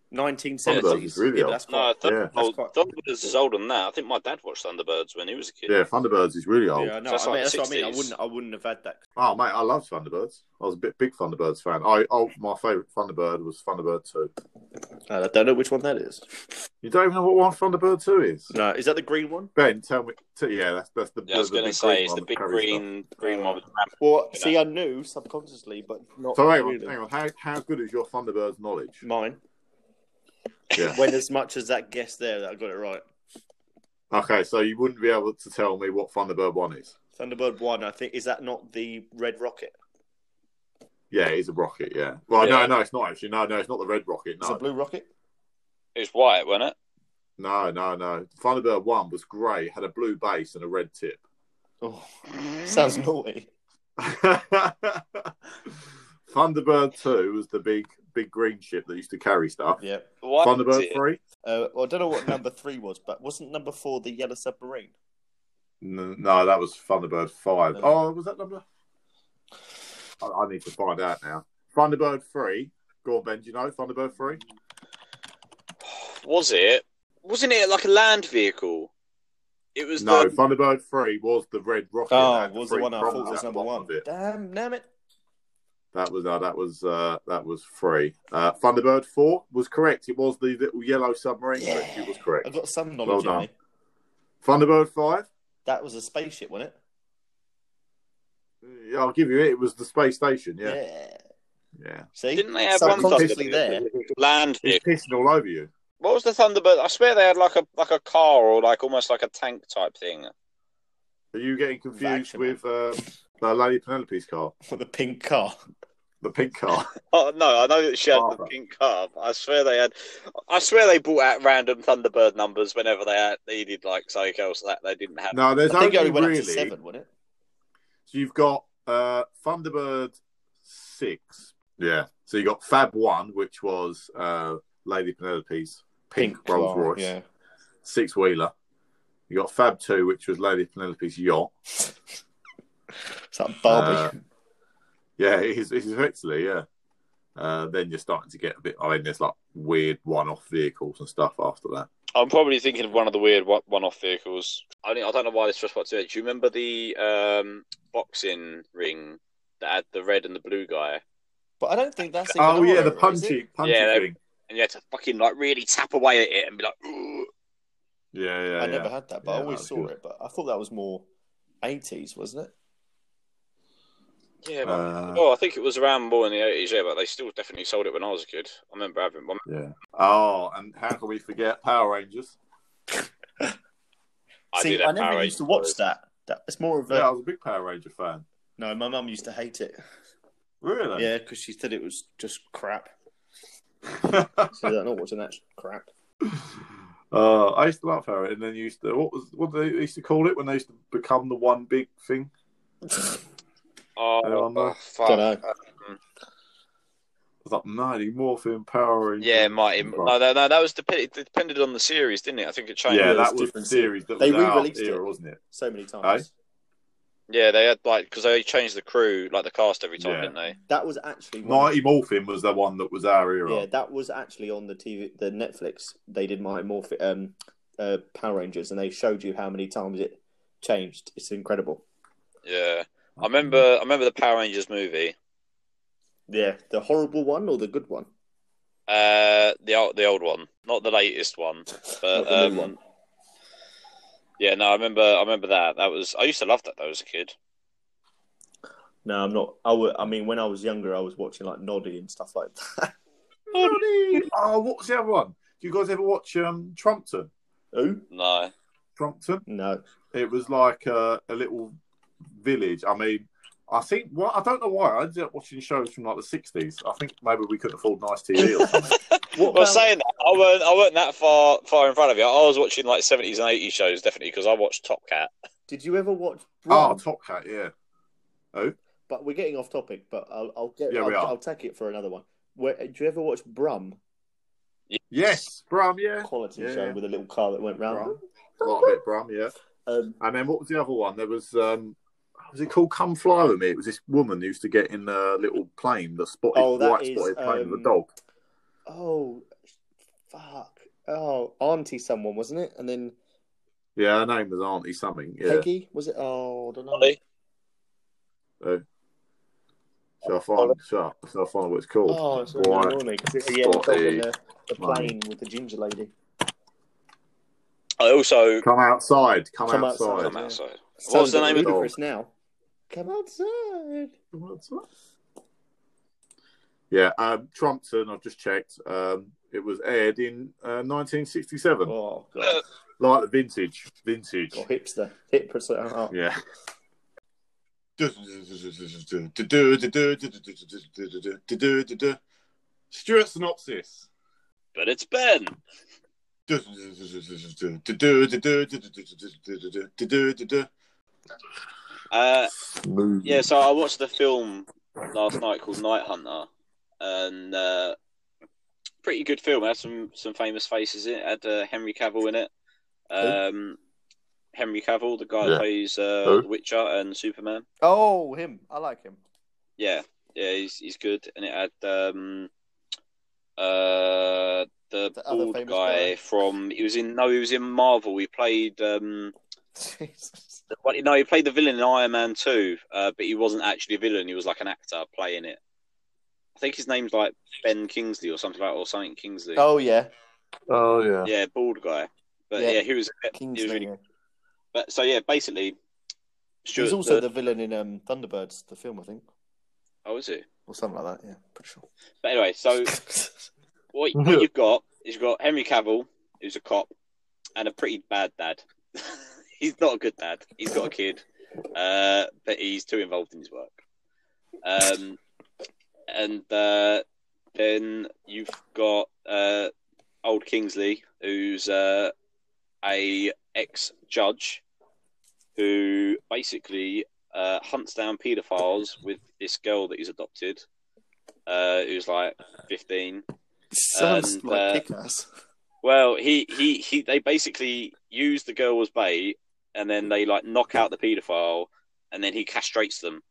Speaker 2: Nineteen
Speaker 1: Thunderbirds
Speaker 2: seventies.
Speaker 1: is really old.
Speaker 2: that's
Speaker 3: No,
Speaker 2: quite.
Speaker 3: Thunder-
Speaker 2: Yeah.
Speaker 3: oh,
Speaker 2: That's quite-
Speaker 3: Thunderbirds is older than that. I think my dad watched Thunderbirds when he was a kid.
Speaker 1: Yeah, Thunderbirds is really old.
Speaker 2: Yeah, no,
Speaker 3: That's
Speaker 2: I mean,
Speaker 3: like
Speaker 2: that's what I mean. I
Speaker 3: 60s.
Speaker 2: wouldn't, I wouldn't have had that.
Speaker 1: Oh mate, I love Thunderbirds. I was a bit big Thunderbirds fan. I oh my favourite Thunderbird was Thunderbird Two.
Speaker 2: Uh, I don't know which one that is.
Speaker 1: You don't even know what one Thunderbird Two is.
Speaker 2: No, is that the green one?
Speaker 1: Ben, tell me. T- yeah, that's that's the.
Speaker 3: Yeah, I was
Speaker 1: the
Speaker 3: going to
Speaker 1: big
Speaker 3: say
Speaker 1: green
Speaker 3: it's
Speaker 1: one
Speaker 3: the
Speaker 1: that
Speaker 3: big
Speaker 1: carries stuff.
Speaker 3: green green one with the ramp.
Speaker 2: Well,
Speaker 3: Yeah.
Speaker 2: see, I knew subconsciously, but not
Speaker 1: So hang on,
Speaker 2: really.
Speaker 1: hang on. How how good is your Thunderbirds
Speaker 2: [laughs]
Speaker 1: knowledge?
Speaker 2: Mine
Speaker 1: Yeah.
Speaker 2: went as much as that guess there that I got it right.
Speaker 1: okay, so you wouldn't be able to tell me what Thunderbird One is.
Speaker 2: Thunderbird one, I think, is that not the red rocket?
Speaker 1: Yeah, it is a rocket. Yeah. Well,
Speaker 3: Yeah.
Speaker 1: no, no, it's not actually. No, no, it's not the red rocket.
Speaker 2: It's a
Speaker 1: No,
Speaker 2: blue rocket.
Speaker 3: It was white, wasn't it?
Speaker 1: no, no, no. Thunderbird One was grey, had a blue base and a red tip. [laughs]
Speaker 2: Oh, [laughs] sounds naughty.
Speaker 1: Thunderbird Two was the big big green ship that used to carry stuff.
Speaker 2: Yeah.
Speaker 3: White was
Speaker 1: Thunderbird
Speaker 3: it?
Speaker 1: Three.
Speaker 2: Uh, well, I don't know what number three was, but wasn't number four the yellow submarine?
Speaker 1: N- No, that was Thunderbird Five.
Speaker 2: No.
Speaker 1: Oh, was that number? I, I need to find out now. Thunderbird Three. Go on, Ben. Do you know Thunderbird Three?
Speaker 3: Was it? Wasn't it like a land vehicle? It was
Speaker 1: No,
Speaker 3: the
Speaker 1: Thunderbird Three was the red rocket. that
Speaker 2: Oh,
Speaker 1: had
Speaker 2: was the
Speaker 1: three
Speaker 2: one I
Speaker 1: prongs
Speaker 2: thought
Speaker 1: at
Speaker 2: was
Speaker 1: the
Speaker 2: number
Speaker 1: bottom
Speaker 2: one.
Speaker 1: of it.
Speaker 2: Damn, damn it!
Speaker 1: That was no, that was uh, that was three. Uh, Thunderbird Four was correct. It was the little yellow submarine. correct. It was correct.
Speaker 2: I got some
Speaker 1: Well
Speaker 2: knowledge
Speaker 1: done.
Speaker 2: in me.
Speaker 1: Thunderbird Five.
Speaker 2: That was a spaceship, wasn't it?
Speaker 1: Yeah, I'll give you it. It was the space station. Yeah, yeah.
Speaker 2: See,
Speaker 3: Didn't they have one
Speaker 2: subconsciously
Speaker 3: Thunderbird?
Speaker 2: there?
Speaker 3: land
Speaker 1: He's
Speaker 3: vehicle.
Speaker 1: pissing all over you.
Speaker 3: What was the Thunderbird? I swear they had like a like a car or like almost like a tank type thing.
Speaker 1: Are you getting confused
Speaker 2: Action,
Speaker 1: with uh, the Lady Penelope's car,
Speaker 2: for the pink car.
Speaker 1: the pink car?
Speaker 2: [laughs]
Speaker 3: Oh no, I know that she had the
Speaker 1: Barbara.
Speaker 3: pink car. but I swear they had. I swear they bought out random Thunderbird numbers whenever they had, needed like something else that they didn't have.
Speaker 1: No, there's
Speaker 2: I think it
Speaker 1: only
Speaker 2: only went
Speaker 1: really.
Speaker 2: up to seven, wasn't it?
Speaker 1: So you've got uh, Thunderbird six. Yeah. So you got Fab one, which was uh, Lady Penelope's pink, Rolls
Speaker 2: car,
Speaker 1: Royce
Speaker 2: Yeah.
Speaker 1: six wheeler. You got Fab two, which was Lady Penelope's yacht.
Speaker 2: It's like
Speaker 1: Uh,
Speaker 2: Barbie.
Speaker 1: Yeah, it is, it is actually yeah. Uh, then you're starting to get a bit. I mean, there's like weird one-off vehicles and stuff after that.
Speaker 3: I'm probably thinking of one of the weird one- one-off vehicles. I don't, I don't know why this just popped to me. Do you remember the um, boxing ring that had the red and the blue guy,
Speaker 2: but I don't think that's. Even
Speaker 1: Oh yeah, the
Speaker 2: horror, is it?
Speaker 1: punchy, punchy
Speaker 3: Yeah, they-
Speaker 1: thing.
Speaker 3: and you had to fucking like really tap away at it and be like, "Ooh."
Speaker 1: Yeah, yeah, yeah.
Speaker 2: I never had that, but I
Speaker 1: Yeah,
Speaker 2: always
Speaker 1: that's
Speaker 2: saw
Speaker 1: good.
Speaker 2: it. But I thought that was more eighties, wasn't it?
Speaker 3: yeah. But,
Speaker 1: Uh,
Speaker 3: oh, I think it was around more in the eighties, yeah. But they still definitely sold it when I was a kid. I remember having one.
Speaker 1: yeah. Oh, and how can we forget Power Rangers?
Speaker 3: I
Speaker 2: See,
Speaker 3: did
Speaker 2: I
Speaker 3: have
Speaker 2: never
Speaker 3: Power
Speaker 2: used to
Speaker 3: Rangers
Speaker 2: watch
Speaker 3: toys.
Speaker 2: that. That it's more of a.
Speaker 1: Yeah, I was a big Power Ranger fan.
Speaker 2: No, my mum used to hate it.
Speaker 1: Really?
Speaker 2: Yeah, because she said it was just crap.
Speaker 1: Yeah.
Speaker 2: She said, I'm not watching that crap.
Speaker 1: [laughs]
Speaker 2: [laughs]
Speaker 1: Uh, I used to love her, and then you used to what was what they used to call it when they used to become the one big thing.
Speaker 3: Oh,
Speaker 1: Anyone know?
Speaker 3: fuck.
Speaker 2: Dunno.
Speaker 1: It was like Mighty Morphin Power Rangers.
Speaker 3: Yeah, Mighty. No, no, no, that was dep- it depended on the series, didn't it? I think it changed.
Speaker 1: yeah,
Speaker 2: it was
Speaker 1: that was the
Speaker 2: different.
Speaker 1: series that
Speaker 2: They
Speaker 1: was out
Speaker 2: re-released
Speaker 1: era,
Speaker 2: it.
Speaker 1: wasn't it?
Speaker 2: So many times.
Speaker 3: Yeah, they had like because they changed the crew, like the cast every time,
Speaker 1: Yeah.
Speaker 3: didn't they?
Speaker 2: That was actually one-
Speaker 1: Mighty Morphin was the one that was our era.
Speaker 2: yeah, that was actually on the TV, the Netflix. They did my Morph um, uh, Power Rangers, and they showed you how many times it changed. It's incredible.
Speaker 3: Yeah, I remember. I remember the Power Rangers movie.
Speaker 2: Yeah, the horrible one or the good one?
Speaker 3: Uh, the old, the old one, not the latest one. But,
Speaker 2: Not the
Speaker 3: um,
Speaker 2: new one.
Speaker 3: Yeah, no, I remember. I remember that. That was. I used to love that though as a kid.
Speaker 2: No, I'm not. I wa- I mean, when I was younger, I was watching like Noddy and stuff like [laughs] that.
Speaker 1: Oh, what's the other one? Do you guys ever watch um, Trumpton?
Speaker 2: Who?
Speaker 3: No.
Speaker 1: Trumpton.
Speaker 2: No.
Speaker 1: It was like a, a little village. I mean, I think. Well, I don't know why. I ended up watching shows from like the sixties. I think maybe we couldn't afford nice TV or something.
Speaker 2: What
Speaker 3: Well,
Speaker 2: about,
Speaker 3: saying that, I weren't. I weren't that far far in front of you. I was watching like seventies and eighties shows definitely because I watched Top Cat.
Speaker 2: did you ever watch?
Speaker 1: oh,
Speaker 2: Bravo?
Speaker 1: Top Cat. Yeah.
Speaker 2: But we're getting off topic. But I'll, I'll get.
Speaker 1: Yeah,
Speaker 2: I'll,
Speaker 1: we are.
Speaker 2: I'll take it for another one. Where, did you ever watch Brum?
Speaker 1: Yes, Brum. Yeah.
Speaker 2: Quality
Speaker 1: Yeah,
Speaker 2: show
Speaker 1: yeah.
Speaker 2: with a little car that went round.
Speaker 1: Brum. Like a bit Brum. Yeah.
Speaker 2: Um,
Speaker 1: And then what was the other one? There was um was it called Come Fly With Me? It was this woman who used to get in a little plane, the spotted
Speaker 2: Oh, that
Speaker 1: white
Speaker 2: is,
Speaker 1: spotted plane with
Speaker 2: um,
Speaker 1: a dog.
Speaker 2: oh, fuck. Oh, Auntie, someone wasn't it? And then
Speaker 1: Yeah, her name was Auntie something. Yeah.
Speaker 2: Peggy was it? Oh, I don't know.
Speaker 3: Ollie?
Speaker 1: Shall I find shall, I- shall I find what it's called?
Speaker 2: Oh, it's really
Speaker 1: White.
Speaker 2: annoying because it's yeah, the, dog in the, the
Speaker 1: Mummy.
Speaker 2: plane with the ginger lady.
Speaker 3: I also.
Speaker 1: Come outside. Come,
Speaker 2: Come
Speaker 1: outside.
Speaker 3: I'm
Speaker 2: yeah.
Speaker 3: outside.
Speaker 2: What
Speaker 3: was the name of-
Speaker 2: Ludicrous now? Come outside.
Speaker 1: Come outside. Yeah, um, Trumpton, I've just checked. Um, it was aired in uh, 1967,
Speaker 2: Oh god,
Speaker 3: Uh,
Speaker 1: like the vintage. Vintage.
Speaker 2: oh, hipster, hipster. Oh.
Speaker 1: Yeah. Stuart synopsis.
Speaker 3: [laughs] but it's Ben. Uh,
Speaker 1: Smooth.
Speaker 3: Yeah, so I watched the film last night called Night Hunter, and uh, pretty good film. It had some some famous faces in it. It had uh, Henry Cavill in it. Um, Henry Cavill, the guy
Speaker 1: Yeah.
Speaker 3: that plays uh,
Speaker 1: Who?
Speaker 3: The Witcher and Superman.
Speaker 2: oh, him. I like him. [laughs]
Speaker 3: Yeah, yeah, he's he's good. And it had um, uh, the,
Speaker 2: The other
Speaker 3: bald guy,
Speaker 2: famous guy.
Speaker 3: from he was in no, he was in Marvel. He played um,
Speaker 2: Jesus.
Speaker 3: the- well, no, he played the villain in Iron Man 2, uh, but he wasn't actually a villain. He was like an actor playing it. I think his name's like Ben Kingsley or something like, or something Kingsley.
Speaker 2: Oh yeah,
Speaker 1: Oh yeah.
Speaker 3: Yeah, bald guy. But
Speaker 2: Yeah.
Speaker 3: yeah, he was. He was
Speaker 2: Kingsley.
Speaker 3: really,
Speaker 2: yeah.
Speaker 3: but so yeah, basically, Stuart.
Speaker 2: He's also the villain in um, Thunderbirds, the film, I think,
Speaker 3: oh, is it?
Speaker 2: or something like that. Yeah, pretty sure.
Speaker 3: But anyway, so what, what you've got is you've got Henry Cavill, who's a cop, and a pretty bad dad. [laughs] he's not a good dad. He's got a kid, uh, but he's too involved in his work. Um, and uh, then you've got uh, old Kingsley, who's uh, a ex judge who basically uh, hunts down paedophiles with this girl that he's adopted, uh, who's like fifteen.
Speaker 2: [laughs] Sounds
Speaker 3: And,
Speaker 2: like
Speaker 3: uh,
Speaker 2: kick-ass.
Speaker 3: Well, he, he, he they basically use the girl as bait and then they like knock out the paedophile and then he castrates them.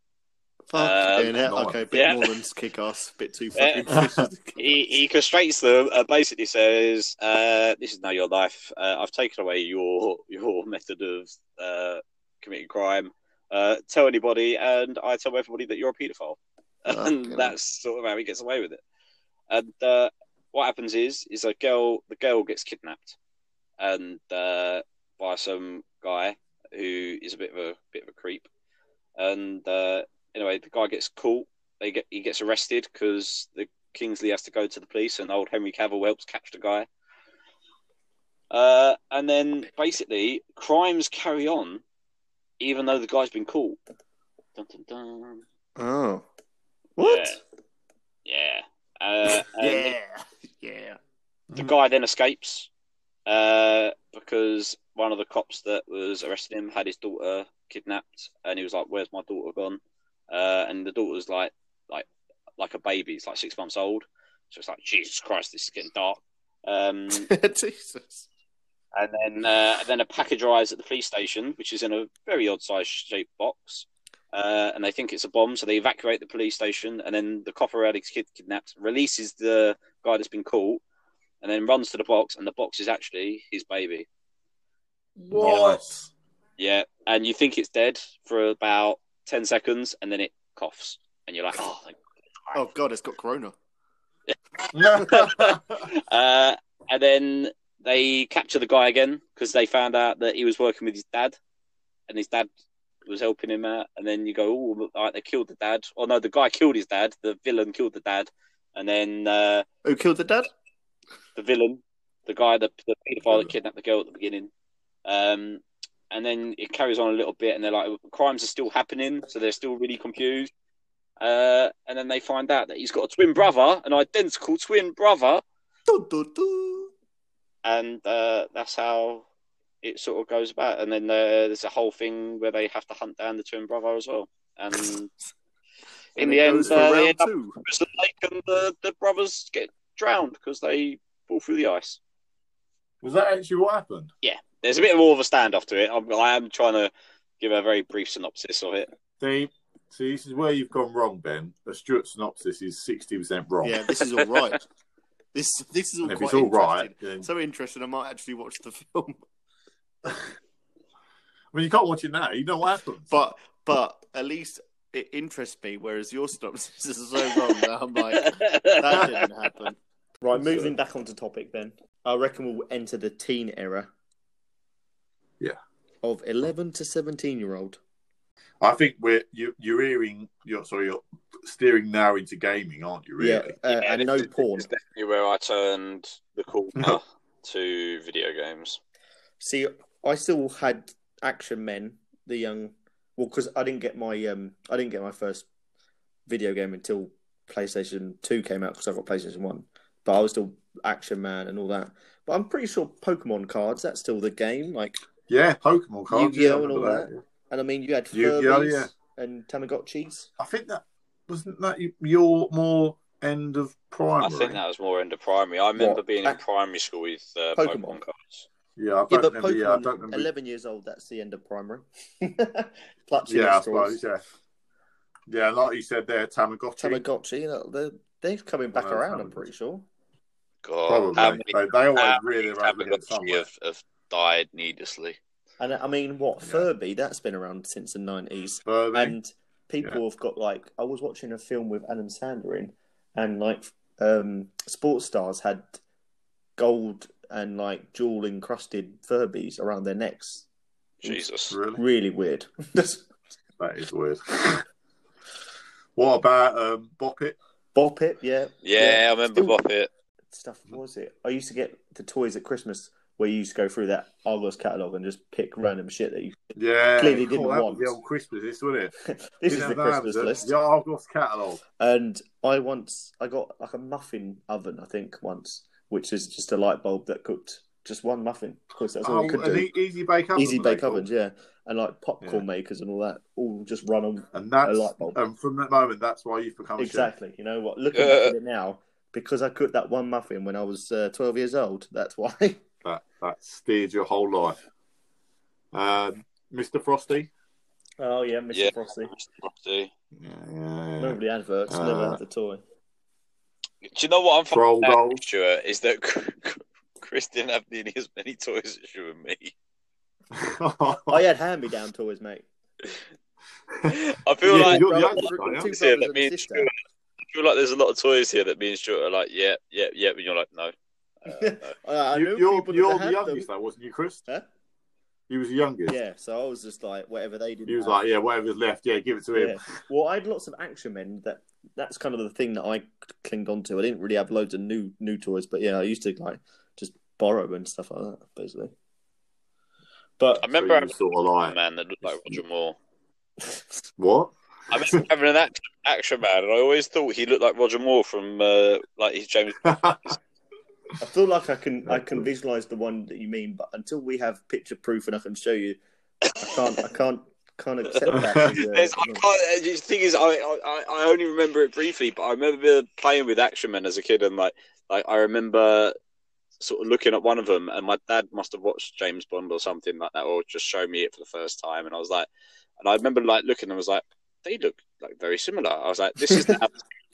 Speaker 2: Fucking hell.
Speaker 1: nice.
Speaker 2: Okay, bit
Speaker 3: Yeah.
Speaker 2: more than kick ass, bit too
Speaker 3: Yeah.
Speaker 2: fucking.
Speaker 3: He, he castrates them and basically says, uh, This is now your life. Uh, I've taken away your your method of uh, committing crime. Uh, tell anybody, and I tell everybody that you're a paedophile. [laughs] and
Speaker 2: Fucking
Speaker 3: that's sort of how he gets away with it. And uh, what happens is, is a girl, the girl gets kidnapped, and uh, by some guy who is a bit of a bit of a creep. And uh, anyway, the guy gets caught. They get he gets arrested because the Kingsley has to go to the police, and old Henry Cavill helps catch the guy. Uh, and then basically, crimes carry on, even though the guy's been caught. Dun, dun, dun.
Speaker 2: Oh. What?
Speaker 3: Yeah. Uh, and
Speaker 2: Yeah. Yeah.
Speaker 3: [laughs] The guy then escapes uh, because one of the cops that was arresting him had his daughter kidnapped, and he was like, "Where's my daughter gone?" Uh, and the daughter's like, like, like a baby. It's like six months old. So it's like, Jesus Christ, this is getting dark. Um,
Speaker 2: Jesus.
Speaker 3: and then uh, then a package arrives at the police station, which is in a very odd size shaped box. Uh, and they think it's a bomb, so they evacuate the police station. And then the copper Alex kid kidnapped releases the guy that's been caught, and then runs to the box, and the box is actually his baby.
Speaker 1: What?
Speaker 3: Yeah, and you think it's dead for about ten seconds, and then it coughs, and you're like, oh. thank
Speaker 4: Oh god, it's got corona.
Speaker 3: uh, and then they capture the guy again because they found out that he was working with his dad, and his dad was helping him out. And then you go, oh, like they killed the dad. Oh no, the guy killed his dad. The villain killed the dad, and then uh,
Speaker 4: Who killed the dad?
Speaker 3: the villain, the guy, the, the paedophile that kidnapped the girl at the beginning. Um, and then it carries on a little bit, and they're like, crimes are still happening, so they're still really confused. Uh, and then they find out that he's got a twin brother, an identical twin brother,
Speaker 4: Dun, dun, dun.
Speaker 3: and uh, that's how it sort of goes about. And then uh, there's a whole thing where they have to hunt down the twin brother as well. And in
Speaker 4: And
Speaker 3: the
Speaker 4: it
Speaker 3: end,
Speaker 4: goes for
Speaker 3: uh, they
Speaker 4: round
Speaker 3: end up
Speaker 4: two.
Speaker 3: across the lake, and the, the brothers get drowned because they fall through the ice.
Speaker 1: [laughs] Was that actually what happened?
Speaker 3: there's a bit more of a standoff to it. I'm, I am trying to give a very brief synopsis of it.
Speaker 1: See, see, this is where you've gone wrong, Ben. The Stuart synopsis is sixty percent wrong.
Speaker 4: Yeah, this is all right.
Speaker 3: [laughs]
Speaker 4: this this is all
Speaker 1: and if
Speaker 4: quite
Speaker 1: it's all right,
Speaker 4: interesting.
Speaker 1: then
Speaker 4: So interesting, I might actually watch the [laughs] film.
Speaker 1: I mean, you can't watch it now. You know what happens.
Speaker 4: But but at least it interests me, whereas your synopsis is so wrong that I'm like, that didn't happen.
Speaker 2: Right,
Speaker 1: So-
Speaker 2: moving back onto topic then. I reckon we'll enter the teen era.
Speaker 1: Yeah.
Speaker 2: Of 11 to 17 year old.
Speaker 1: I think we're you, you're earing. You're sorry. You're steering now into gaming, aren't you? Really?
Speaker 2: Yeah, uh,
Speaker 3: Yeah,
Speaker 2: and
Speaker 3: this
Speaker 2: no
Speaker 3: is-
Speaker 2: porn.
Speaker 3: It's definitely [laughs] where I turned the corner to video games.
Speaker 2: See, I still had Action Men, the young. Well, because I didn't get my um, I didn't get my first video game until PlayStation Two came out because I got PlayStation One. But I was still Action Man and all that. But I'm pretty sure Pokemon cards. That's still the game. Like,
Speaker 1: Yeah, Pokemon cards.
Speaker 2: Yu-Gi-Oh
Speaker 1: yeah, I
Speaker 2: and all
Speaker 1: remember that.
Speaker 2: and I mean, you had
Speaker 1: Yu-Gi-Oh,
Speaker 2: Furbies
Speaker 1: yeah.
Speaker 2: and Tamagotchis.
Speaker 1: I think that wasn't that y- your more end of primary.
Speaker 3: I think that was more into primary. I remember
Speaker 2: What?
Speaker 3: being in
Speaker 2: Back-
Speaker 3: primary school with uh,
Speaker 2: Pokemon.
Speaker 3: Pokemon. cards.
Speaker 1: Yeah, I don't
Speaker 2: Yeah, but
Speaker 1: remember. yeah, I
Speaker 2: Pokemon,
Speaker 1: don't remember.
Speaker 2: 11 years old, that's the end of primary. [laughs] Clutching
Speaker 1: yeah,
Speaker 2: yeah,
Speaker 1: I suppose. Yeah, yeah, like you said there, Tamagotchi.
Speaker 2: Tamagotchi, you know, they're, they're coming back
Speaker 1: Well,
Speaker 2: around, I'm
Speaker 1: Tamagotchi.
Speaker 2: pretty sure.
Speaker 3: God,
Speaker 1: Probably.
Speaker 3: how many
Speaker 1: they, they always
Speaker 3: how
Speaker 1: really around again
Speaker 3: Tamagotchi
Speaker 1: somewhere.
Speaker 3: have, have died needlessly?
Speaker 2: And I mean, what
Speaker 1: Yeah.
Speaker 2: Furby? That's been around since the nineties,
Speaker 1: Furby.
Speaker 2: and people have got like. I was watching a film with Adam Sandler in, and like um, sports stars had gold and like jewel encrusted Furbies around their necks.
Speaker 3: Jesus.
Speaker 1: really?
Speaker 2: Really weird. [laughs]
Speaker 1: That is weird. [laughs] what about um, Bop It?
Speaker 2: Bop it, yeah.
Speaker 3: Yeah, I remember
Speaker 2: Still-
Speaker 3: Bop It.
Speaker 2: Stuff was it? I used to get the toys at Christmas where you used to go through that Argos catalogue and just pick random shit that you. [laughs]
Speaker 1: Yeah,
Speaker 2: Clearly didn't
Speaker 1: that was
Speaker 2: want.
Speaker 1: the old Christmas list, wasn't it? Didn't
Speaker 2: this is the
Speaker 1: have that,
Speaker 2: Christmas
Speaker 1: was it?
Speaker 2: list.
Speaker 1: Yeah, I've lost catalogue.
Speaker 2: And I once I got like a muffin oven, I think once, which is just a light bulb that cooked just one muffin. Of course, that's all
Speaker 1: Oh,
Speaker 2: it could
Speaker 1: an
Speaker 2: do.
Speaker 1: e- easy bake oven.
Speaker 2: Easy
Speaker 1: were they
Speaker 2: bake
Speaker 1: called?
Speaker 2: ovens, yeah, and like popcorn makers and all that, all just run on
Speaker 1: And
Speaker 2: a
Speaker 1: that's
Speaker 2: light bulb.
Speaker 1: and from that moment, that's why you've become exactly.
Speaker 2: exactly. You know what? Looking back at it now, because I cooked that one muffin when I was uh, twelve years old. That's why.
Speaker 1: That that steered your whole life. Um, Mr. Frosty.
Speaker 2: oh yeah, Mr.
Speaker 3: Yeah.
Speaker 2: Frosty.
Speaker 3: Do
Speaker 1: Yeah, yeah, yeah.
Speaker 2: Remember the adverts?
Speaker 1: Uh,
Speaker 2: never had the toy.
Speaker 3: you know what I'm
Speaker 1: Troll
Speaker 3: finding out,
Speaker 1: doll.
Speaker 3: Stuart, is that Chris didn't have nearly as many toys as you and me.
Speaker 2: I Oh,
Speaker 1: [laughs]
Speaker 2: had hand-me-down toys, mate.
Speaker 3: I feel
Speaker 1: Yeah,
Speaker 3: like
Speaker 1: you're the
Speaker 2: Bro,
Speaker 1: youngest,
Speaker 2: I've got
Speaker 1: aren't
Speaker 2: two
Speaker 1: you?
Speaker 2: brothers
Speaker 3: Yeah, that
Speaker 2: and a
Speaker 3: means
Speaker 2: sister.
Speaker 3: you're- I feel like there's a lot of toys here that me and Stuart are like, yeah, yeah, yeah, and you're like, no. Uh, no.
Speaker 2: [laughs] I, I
Speaker 1: you,
Speaker 2: knew
Speaker 1: you're
Speaker 2: people that
Speaker 1: you're
Speaker 2: had
Speaker 1: the youngest,
Speaker 2: them.
Speaker 1: though, wasn't you, Chris?
Speaker 2: Huh?
Speaker 1: You was the youngest.
Speaker 2: Yeah, so I was just like, whatever they did.
Speaker 1: He was like, yeah, whatever's left, yeah, give it to him.
Speaker 2: Well, I had lots of action men. That that's kind of the thing that I clinged on to. I didn't really have loads of new new toys, but yeah, I used to like just borrow and stuff like that, basically. But [laughs]
Speaker 3: I remember
Speaker 1: so
Speaker 3: having
Speaker 1: you sort of
Speaker 3: a
Speaker 1: like
Speaker 3: man that looked like Roger Moore.
Speaker 1: what? [laughs]
Speaker 3: I [laughs] remember having an act- action man, and I always thought he looked like Roger Moore from uh, like his James.
Speaker 2: I feel like I can I can visualize the one that you mean, but until we have picture proof and I can show you, I can't I can't can't accept that. as a-
Speaker 3: There's, I can't, uh, the thing is, I, I I only remember it briefly, but I remember playing with action men as a kid, and like like I remember sort of looking at one of them, and my dad must have watched James Bond or something like that, or just show me it for the first time. And I was like, and I remember like looking and was like, they look like very similar. I was like, this is now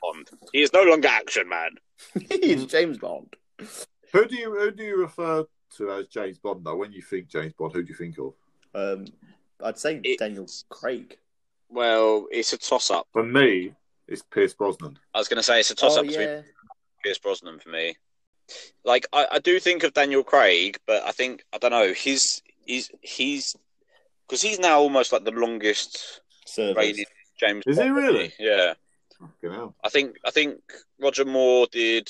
Speaker 3: Bond. He is no longer Action Man. Mm.
Speaker 2: He's James Bond.
Speaker 1: Who do you who do you refer to as James Bond though? When you think James Bond, who do you think of?
Speaker 2: Um, I'd say
Speaker 3: It's-
Speaker 2: Daniel Craig.
Speaker 3: Well, it's a toss up.
Speaker 1: For me, it's Pierce Brosnan.
Speaker 3: I was going to say it's a toss up
Speaker 2: oh,
Speaker 3: between
Speaker 2: yeah.
Speaker 3: Pierce Brosnan for me. Like I, I do think of Daniel Craig, but I think I don't know. He's he's he's because he's now almost like the longest
Speaker 2: Service.
Speaker 3: rated James.
Speaker 1: Is he
Speaker 3: Bond,
Speaker 1: really?
Speaker 3: isn't he? Yeah,
Speaker 1: Fucking hell.
Speaker 3: I think I think Roger Moore did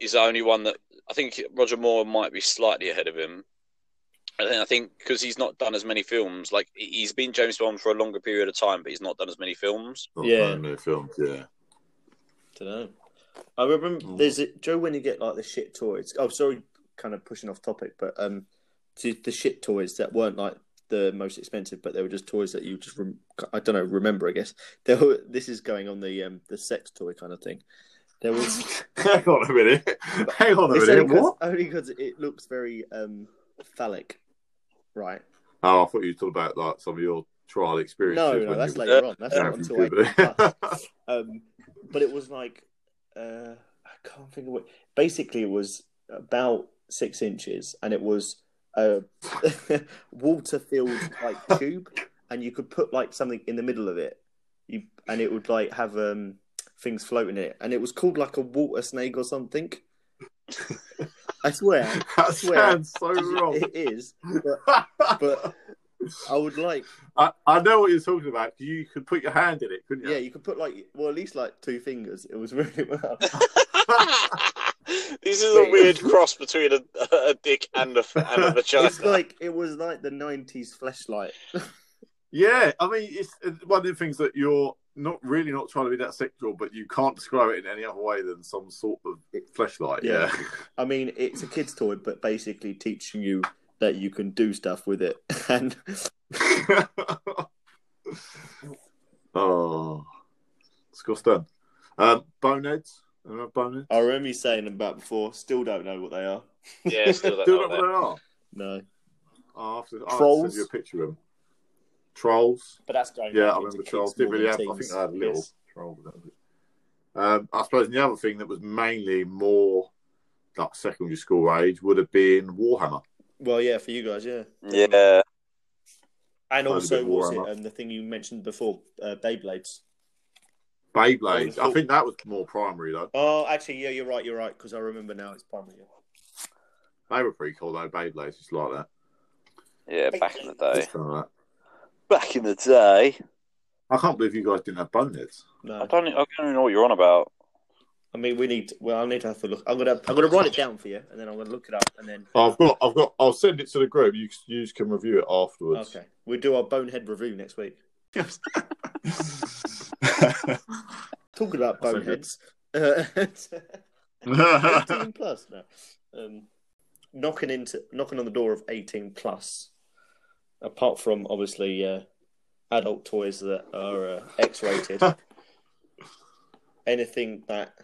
Speaker 3: is the only one that I think Roger Moore might be slightly ahead of him. And then I think because he's not done as many films, like he- he's been James Bond for a longer period of time, but he's not done as many films.
Speaker 1: Not
Speaker 2: Yeah.
Speaker 1: very many films, yeah. [laughs]
Speaker 2: don't know. I remember
Speaker 1: Mm.
Speaker 2: there's a, Joe when you get like the shit toys. Oh, sorry, kind of pushing off topic, but um, the, the shit toys that weren't like the most expensive, but they were just toys that you just rem- I don't know remember. I guess [laughs] there were. This is going on the um the sex toy kind of thing. There
Speaker 1: [laughs]
Speaker 2: was
Speaker 1: Hang on a minute. Hang on a
Speaker 2: It's
Speaker 1: minute.
Speaker 2: only 'cause-
Speaker 1: What?
Speaker 2: only because it looks very um phallic, right?
Speaker 1: Oh, I thought you were talking about like some of your trial experiences.
Speaker 2: No,
Speaker 1: when
Speaker 2: no,
Speaker 1: you
Speaker 2: that's
Speaker 1: were
Speaker 2: later on. That's
Speaker 1: having
Speaker 2: not until
Speaker 1: [laughs]
Speaker 2: eight
Speaker 1: puberty.
Speaker 2: plus. um, but it was like uh, I can't think of what. Basically, it was about six inches, and it was a [laughs] water-filled like tube, and you could put like something in the middle of it, you and it would like have um things floating in it, and it was called like a water snake or something. I
Speaker 1: [laughs]
Speaker 2: swear,
Speaker 1: that
Speaker 2: swear.
Speaker 1: sounds
Speaker 2: [laughs]
Speaker 1: so wrong.
Speaker 2: it is. But I would like,
Speaker 1: [laughs] I, I know what you're talking about. You could put your hand in it, couldn't
Speaker 2: yeah.
Speaker 1: you?
Speaker 2: you could put like, well, at least like two fingers. It was really [laughs] well.
Speaker 3: [laughs] this is a
Speaker 2: Wait.
Speaker 3: weird cross between a, a dick and a and a vagina.
Speaker 2: it's like it was like the '90s flashlight.
Speaker 1: Yeah, I mean, it's it's one of the things that you're not really not trying to be that sexual, but you can't describe it in any other way than some sort of flashlight.
Speaker 2: Yeah.
Speaker 1: Yeah.
Speaker 2: I mean, it's a kid's toy, but basically teaching you that you can do stuff with it. [laughs] And
Speaker 1: [laughs] oh, score's done. Um, boneheads. Remember boneheads?
Speaker 2: I remember you saying about before, still don't know what they are.
Speaker 3: yeah, still
Speaker 1: [laughs]
Speaker 3: don't
Speaker 1: Do you
Speaker 3: know
Speaker 1: know what
Speaker 3: that.
Speaker 1: they are?
Speaker 2: No.
Speaker 1: I'll have to, I'll have to
Speaker 2: Trolls?
Speaker 1: send you a picture of them. Trolls.
Speaker 2: But that's going
Speaker 1: Yeah, I remember trolls. Didn't really have. I think I had a little troll. but that was it. Um, I suppose the other thing that was mainly more like secondary school age would have been Warhammer.
Speaker 2: Well, yeah, for you guys, yeah.
Speaker 3: Yeah,
Speaker 1: Mine's
Speaker 2: And
Speaker 1: a
Speaker 2: also,
Speaker 1: bit
Speaker 2: was
Speaker 1: warmer.
Speaker 2: it um, the thing you mentioned before, uh, Beyblades?
Speaker 1: Beyblades.
Speaker 2: Oh,
Speaker 1: I think that was more primary though.
Speaker 2: Oh, actually, yeah, you're right, you're right, because I remember now it's primary.
Speaker 1: They were pretty cool though. Beyblades, just like that.
Speaker 3: yeah, back in the day.
Speaker 1: [laughs] Just kind of that.
Speaker 3: Back in the day.
Speaker 1: I can't believe you guys didn't have boneheads.
Speaker 3: I
Speaker 2: No,
Speaker 3: don't. e, I don't even know what you're on about. [laughs]
Speaker 2: I mean we need. Well, I need to have a look. I'm gonna, I'm gonna write it down for you, and then I'm gonna look it up, and then
Speaker 1: I've got. I've got. I'll send it to the group. You, you can review it afterwards.
Speaker 2: [laughs] okay, we'll do our bonehead review next week. Talking about
Speaker 1: That's so
Speaker 2: boneheads, uh, [laughs] 18 uh, plus now. Um, knocking into knocking on the door of 18 plus. Apart from obviously uh, adult toys that are uh,
Speaker 1: [laughs]
Speaker 2: X rated, anything that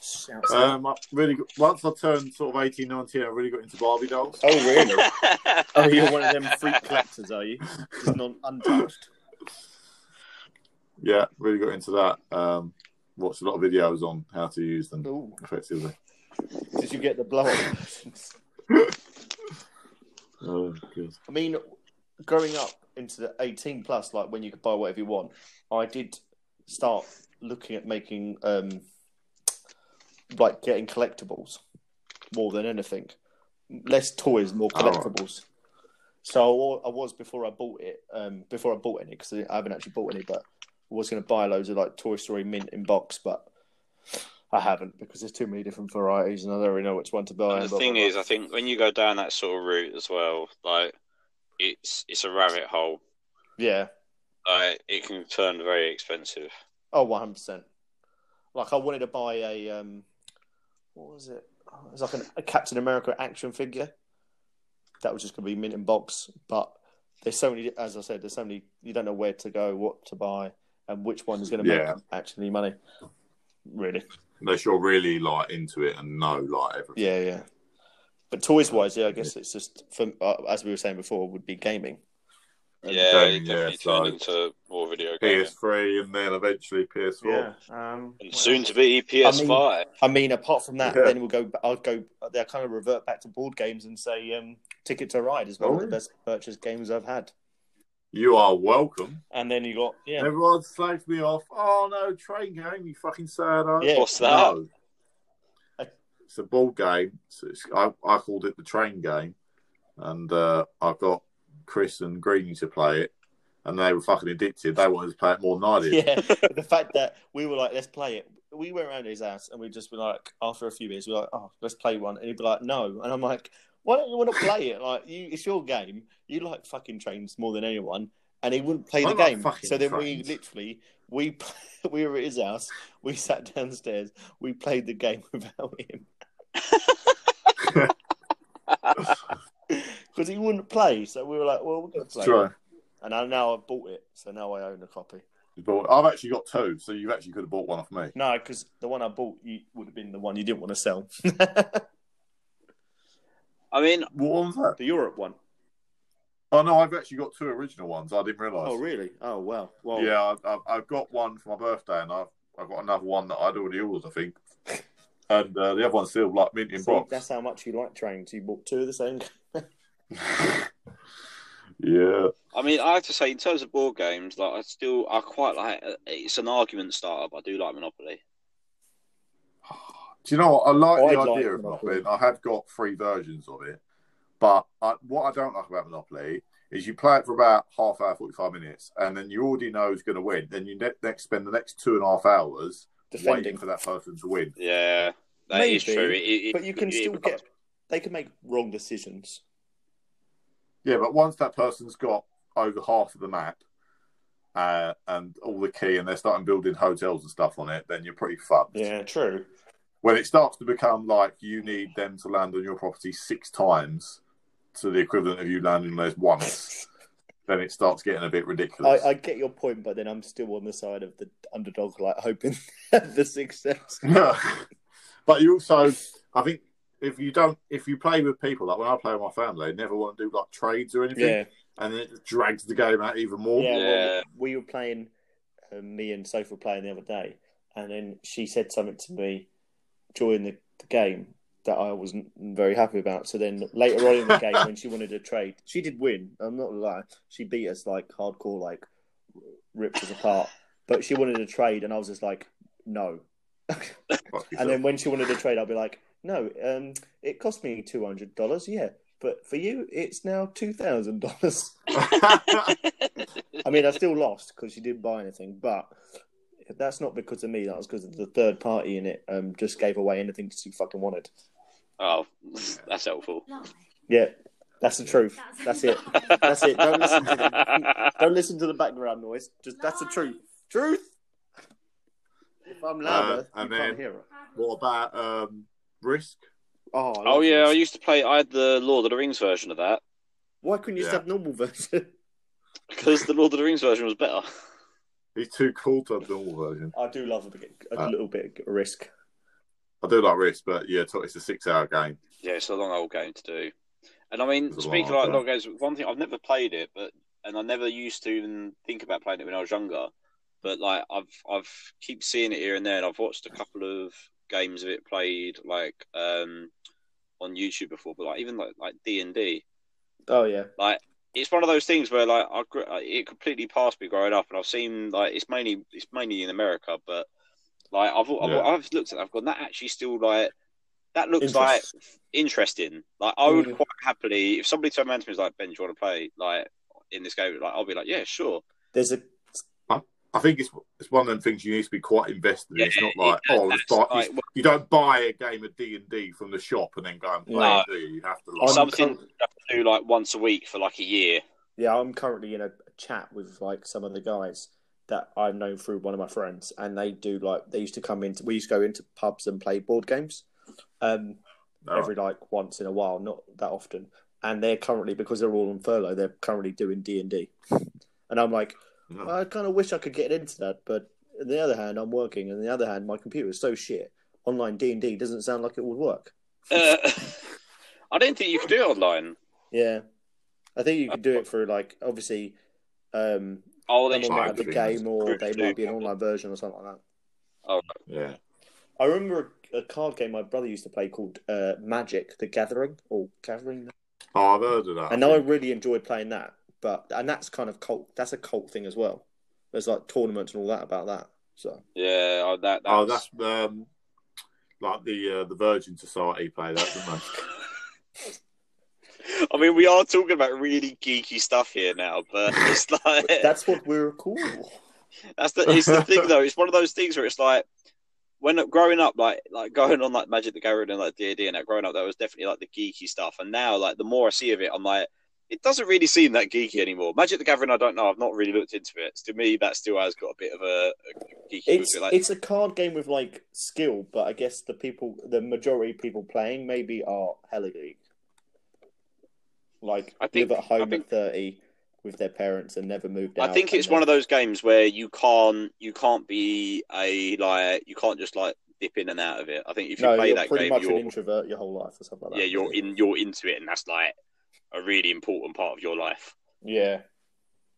Speaker 2: shouts.
Speaker 1: [laughs]
Speaker 2: out-
Speaker 1: um, I really. Got, once I turned sort of 18, 19, I really got into Barbie dolls.
Speaker 2: oh [laughs] really? oh, you're one of them freak collectors, are you? Just non untouched.
Speaker 1: Yeah, really got into that. Um, watched a lot of videos on how to use them
Speaker 2: Ooh.
Speaker 1: effectively.
Speaker 2: Did you get the blow up?
Speaker 1: Oh, good.
Speaker 2: I mean, growing up into the 18 plus, like when you could buy whatever you want, I did start looking at making, um, like getting collectibles more than anything. Less toys, more
Speaker 1: Oh.
Speaker 2: collectibles. So I wa- I was before I bought it, um, before I bought any, because I haven't actually bought any, but I was going to buy loads of like Toy Story mint in box, but I haven't because there's too many different varieties and I don't really know which one to buy.
Speaker 3: And
Speaker 2: and
Speaker 3: the
Speaker 2: blah, blah,
Speaker 3: thing
Speaker 2: blah.
Speaker 3: is, I think when you go down that sort of route as well, like it's it's a rabbit hole.
Speaker 2: yeah.
Speaker 3: Like it can turn very expensive.
Speaker 2: Oh, 100%. Like, I wanted to buy a, um, what was it? It was like an, a Captain America action figure. That was just going to be mint in box. But there's so many, as I said, there's so many, you don't know where to go, what to buy, and which one is going to make
Speaker 1: Yeah.
Speaker 2: actually money, really.
Speaker 1: unless you're really like into it and know like everything.
Speaker 2: Yeah, yeah. But toys wise, yeah, I guess it's just for, uh, as we were saying before, would be gaming.
Speaker 3: Yeah,
Speaker 1: Okay,
Speaker 3: it definitely
Speaker 1: yeah, so-
Speaker 3: turned into more video games.
Speaker 1: PS3 and then eventually PS4.
Speaker 2: Um,
Speaker 3: And soon to be PS5.
Speaker 2: I mean, apart from that,
Speaker 1: Yeah.
Speaker 2: then we'll go. I'll go. They'll kind of revert back to board games and say, um, "Ticket to Ride" is one of
Speaker 1: Oh.
Speaker 2: the best purchase games I've had.
Speaker 1: You are welcome.
Speaker 2: And then you got yeah,
Speaker 1: Everyone slagged me off. Oh no, train game, you fucking sad ass.
Speaker 2: Yeah.
Speaker 3: What's that?
Speaker 1: No. It's a ball game. So it's, I, I called it the train game. And uh, I got Chris and Greeny to play it. And they were fucking addicted. They wanted to play it more than I did. [laughs]
Speaker 2: yeah. the fact that we were like, "Let's play it." We went around his house and we just were like, after a few beers, we were like, "Oh, let's play one," and he'd be like, "No," and I'm like, "Why don't you want to play it? Like, you, it's your game. You like fucking trains more than anyone." And he wouldn't play
Speaker 1: I
Speaker 2: the
Speaker 1: like
Speaker 2: game.
Speaker 1: fucking
Speaker 2: So then
Speaker 1: trains.
Speaker 2: we literally we [laughs] we were at his house. We sat downstairs. We played the game [laughs] without him.
Speaker 1: [laughs]
Speaker 2: because he wouldn't play. So we were like, well, we're going to play.
Speaker 1: Try.
Speaker 2: And I, now I've bought it, so now I own a copy.
Speaker 1: But I've actually got two, so you actually could have bought one off me.
Speaker 2: No, because the one I bought you would have been the one you didn't want to sell, [laughs]
Speaker 3: I mean,
Speaker 1: What one was that?
Speaker 2: the Europe one.
Speaker 1: Oh no, I've actually got two original ones. I didn't realise.
Speaker 4: Oh, really? Oh, wow. Well,
Speaker 1: Yeah, I, I've, I've got one for my birthday, and I've I've got another one that I'd already ordered, I think. And uh, the other one's still like mint in
Speaker 2: See,
Speaker 1: box.
Speaker 2: that's how much you like trains. You bought two of
Speaker 1: [laughs]
Speaker 2: the same. [laughs]
Speaker 1: yeah,
Speaker 3: I mean, I have to say, in terms of board games, like I still, I quite like. uh, It's an argument startup. I do like Monopoly.
Speaker 1: do you know what? I like
Speaker 2: I'd
Speaker 1: the
Speaker 2: like
Speaker 1: idea of
Speaker 2: Monopoly.
Speaker 1: Monopoly. I have got three versions of it, but I, what I don't like about Monopoly is you play it for about half hour, forty five minutes, and then you already know who's going to win. Then you ne- next spend the next two and a half hours waiting
Speaker 2: Defending,
Speaker 1: for that person to win.
Speaker 3: Yeah, that is
Speaker 2: Maybe,
Speaker 3: true. It- it-
Speaker 2: but you can
Speaker 3: it
Speaker 2: still
Speaker 3: becomes-
Speaker 2: get. They can make wrong decisions.
Speaker 1: Yeah, but once that person's got over half of the map uh, and all the key, and they're starting building hotels and stuff on it, then you're pretty fucked.
Speaker 2: Yeah, true.
Speaker 1: When it starts to become like you need them to land on your property six times to the equivalent of you landing on theirs once, then it starts getting a bit
Speaker 2: I,
Speaker 1: ridiculous.
Speaker 2: I get your point, but then I'm still on the side of the underdog, like hoping [laughs]
Speaker 1: [laughs]
Speaker 2: the success.
Speaker 1: but you also, I think, if you don't, if you play with people, like when I play with my family, they never want to do like trades or anything,
Speaker 2: Yeah,
Speaker 1: and then it just drags the game out even more.
Speaker 2: Yeah,
Speaker 3: Yeah.
Speaker 2: Well, we were playing, uh, me and Sophie were playing the other day, and then she said something to me during the, the game that I wasn't very happy about. So then later on in the game, when she wanted a trade, she did win. I'm not gonna lie, she beat us like hardcore, like ripped us apart. But she wanted a trade, and I was just like, no.
Speaker 1: Fuck yourself.
Speaker 2: And then when she wanted a trade, I'd be like, no, um, it cost me two hundred dollars, yeah. But for you, it's now two thousand dollars. I mean, I still lost because she didn't buy anything, but that's not because of me. That was because of the third party in it. Um, just gave away anything she fucking wanted.
Speaker 3: [laughs] oh, that's helpful.
Speaker 2: Yeah, that's the truth. That's it. That's it. Don't listen to the, don't listen to the background noise. Just [laughs] that's the truth. Truth. If I'm louder,
Speaker 1: Uh, and
Speaker 2: you
Speaker 1: then-
Speaker 2: can't hear it.
Speaker 1: [laughs] What about um, risk?
Speaker 2: Oh, I
Speaker 3: [laughs] oh
Speaker 2: love
Speaker 3: yeah, I
Speaker 2: this.
Speaker 3: used to play. I had the Lord of the Rings version of that
Speaker 2: Why couldn't you just
Speaker 1: Yeah.
Speaker 2: have normal version?
Speaker 3: because the Lord of the Rings version was better.
Speaker 1: He's too cool to have the normal version.
Speaker 2: I do love a, bit, a
Speaker 1: Uh,
Speaker 2: little bit of risk.
Speaker 1: I do like risk, but yeah, it's a six-hour game.
Speaker 3: Yeah, it's a long old game to do. And I mean,
Speaker 1: It's a
Speaker 3: speaking
Speaker 1: long
Speaker 3: of
Speaker 1: old
Speaker 3: like long games, one thing I've never played it, but and I never used to even think about playing it when I was younger. But like I've I've keep seeing it here and there, and I've watched a couple of games of it played like um on YouTube before. But like even like like D and D,
Speaker 2: Oh yeah,
Speaker 3: it's one of those things where like I gr- like, it completely passed me growing up, and I've seen like it's mainly it's mainly in America, but like I've I've,
Speaker 1: Yeah.
Speaker 3: I've looked at it, I've gone that actually still like that looks
Speaker 2: Interest-
Speaker 3: like interesting. Like I would
Speaker 2: Mm.
Speaker 3: quite happily, if somebody turned around to me and was like, "Ben, do you want to play like in this game?" Like I'll be like, "Yeah, sure."
Speaker 2: there's a
Speaker 1: I think it's it's one of them things you need to be quite invested in. it's
Speaker 3: Yeah,
Speaker 1: not like
Speaker 3: yeah,
Speaker 1: oh, let's
Speaker 3: that's
Speaker 1: buy,
Speaker 3: like-
Speaker 1: it's- you don't buy a game of D and D from the shop and then go and play.
Speaker 3: No.
Speaker 1: it, Do you? you have to
Speaker 2: I'm-
Speaker 1: like,
Speaker 3: Something you have to do like once a week for like a year.
Speaker 2: Yeah, I'm currently in a chat with like some of the guys that I've known through one of my friends, and they do like they used to come into we used to go into pubs and play board games, um,
Speaker 1: no.
Speaker 2: every like once in a while, not that often. And they're currently because they're all on furlough, they're currently doing D and D, and I'm like,
Speaker 1: Yeah.
Speaker 2: I kind of wish I could get into that, but on the other hand, I'm working, and on the other hand, my computer is so shit. online D and D doesn't sound like it would work.
Speaker 3: Uh, [laughs] I don't think you can do it online.
Speaker 2: Yeah, I think you could do it through like obviously um,
Speaker 3: Oh, they
Speaker 2: someone might have
Speaker 3: should.
Speaker 2: the game, or they might be an
Speaker 3: Group.
Speaker 2: online version or something like that.
Speaker 3: Oh,
Speaker 1: Yeah.
Speaker 2: I remember a, a card game my brother used to play called uh, Magic: The Gathering or Gathering,
Speaker 1: Oh, I've heard of that.
Speaker 2: and I really enjoyed playing that. But and that's kind of cult. That's a cult thing as well. There's like tournaments and all that about that. So
Speaker 3: yeah. Oh, that, that's...
Speaker 1: Oh, that's um, like the uh, the Virgin Society play that, didn't they?
Speaker 3: [laughs] I mean, we are talking about really geeky stuff here now, but it's [laughs] like
Speaker 2: that's what we're
Speaker 3: [laughs]
Speaker 2: cool.
Speaker 3: That's the it's the thing though. It's one of those things where it's like when growing up, like like going on like Magic the Gathering and like D&D and that growing up, that was definitely like the geeky stuff. And now, like the more I see of it, I'm like, it doesn't really seem that geeky anymore. Magic the Gathering, I don't know. I've not really looked into it. To me, that still has got a bit of a, a geeky.
Speaker 2: It's
Speaker 3: feel to it, like,
Speaker 2: it's a card game with like skill, but I guess the people, the majority of people playing maybe are hella geek. Like
Speaker 3: I think-
Speaker 2: live at home
Speaker 3: I think-
Speaker 2: at thirty with their parents and never moved out.
Speaker 3: I think
Speaker 2: and
Speaker 3: it's one of
Speaker 2: then-
Speaker 3: those games where you can't you can't be a like you can't just like dip in and out of it. I think if you
Speaker 2: no,
Speaker 3: play
Speaker 2: you're
Speaker 3: that
Speaker 2: pretty
Speaker 3: game,
Speaker 2: much
Speaker 3: you're
Speaker 2: an introvert your whole life or something like that.
Speaker 3: yeah you're in you're into it, and that's like a really important part of your life.
Speaker 2: Yeah,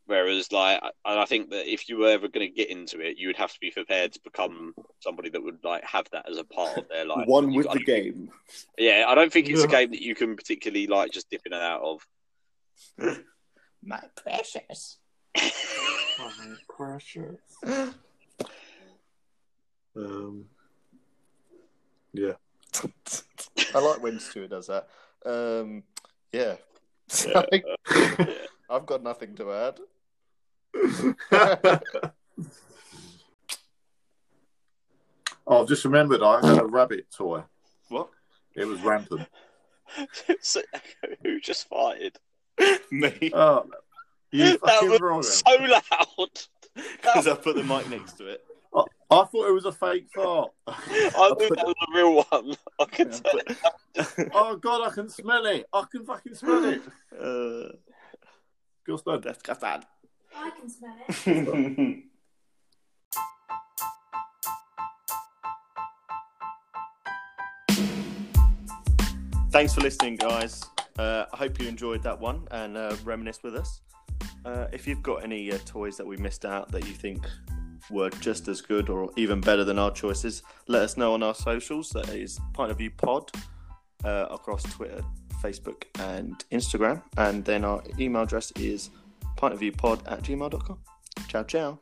Speaker 3: Whereas, like, I- and I think that if you were ever going to get into it, you would have to be prepared to become somebody that would like have that as a part of their life.
Speaker 2: one
Speaker 3: You-
Speaker 2: with
Speaker 3: I
Speaker 2: the
Speaker 3: don't-
Speaker 2: game.
Speaker 3: Yeah, I don't think it's a
Speaker 1: Yeah.
Speaker 3: game that you can particularly like just dip in and out of. [laughs]
Speaker 2: My precious.
Speaker 1: Um, yeah.
Speaker 4: I like when Stuart does that. Um, yeah. [laughs]
Speaker 2: uh,
Speaker 4: I've got nothing to
Speaker 2: [laughs]
Speaker 4: add.
Speaker 3: [laughs] Um.
Speaker 1: oh, [laughs] I've just remembered I had a rabbit toy.
Speaker 4: What?
Speaker 1: It was
Speaker 3: [laughs]
Speaker 1: rampant.
Speaker 3: So- who just farted?
Speaker 4: [laughs]
Speaker 2: [laughs]
Speaker 4: Me?
Speaker 1: Oh, you
Speaker 3: That
Speaker 1: fucking
Speaker 3: was
Speaker 2: Oh,
Speaker 1: wrong.
Speaker 3: So loud!
Speaker 4: Because I put the mic next to it.
Speaker 1: I thought it was a fake fart. [laughs]
Speaker 3: I knew that was a real one. I could
Speaker 4: Yeah,
Speaker 3: tell.
Speaker 1: oh God, I can smell it. I can fucking smell it.
Speaker 4: Uh,
Speaker 1: Gosh, no.
Speaker 4: that's got that.
Speaker 5: I can smell it.
Speaker 4: [laughs] Thanks for listening, guys. Uh, I hope you enjoyed that one and uh, reminisce with us. Uh, if you've got any uh, toys that we missed out that you think were just as good or even better than our choices, let us know on our socials. That is Pint of View Pod uh, across Twitter, Facebook, and Instagram. And then our email address is pintofviewpod at gmail.com. Ciao, ciao.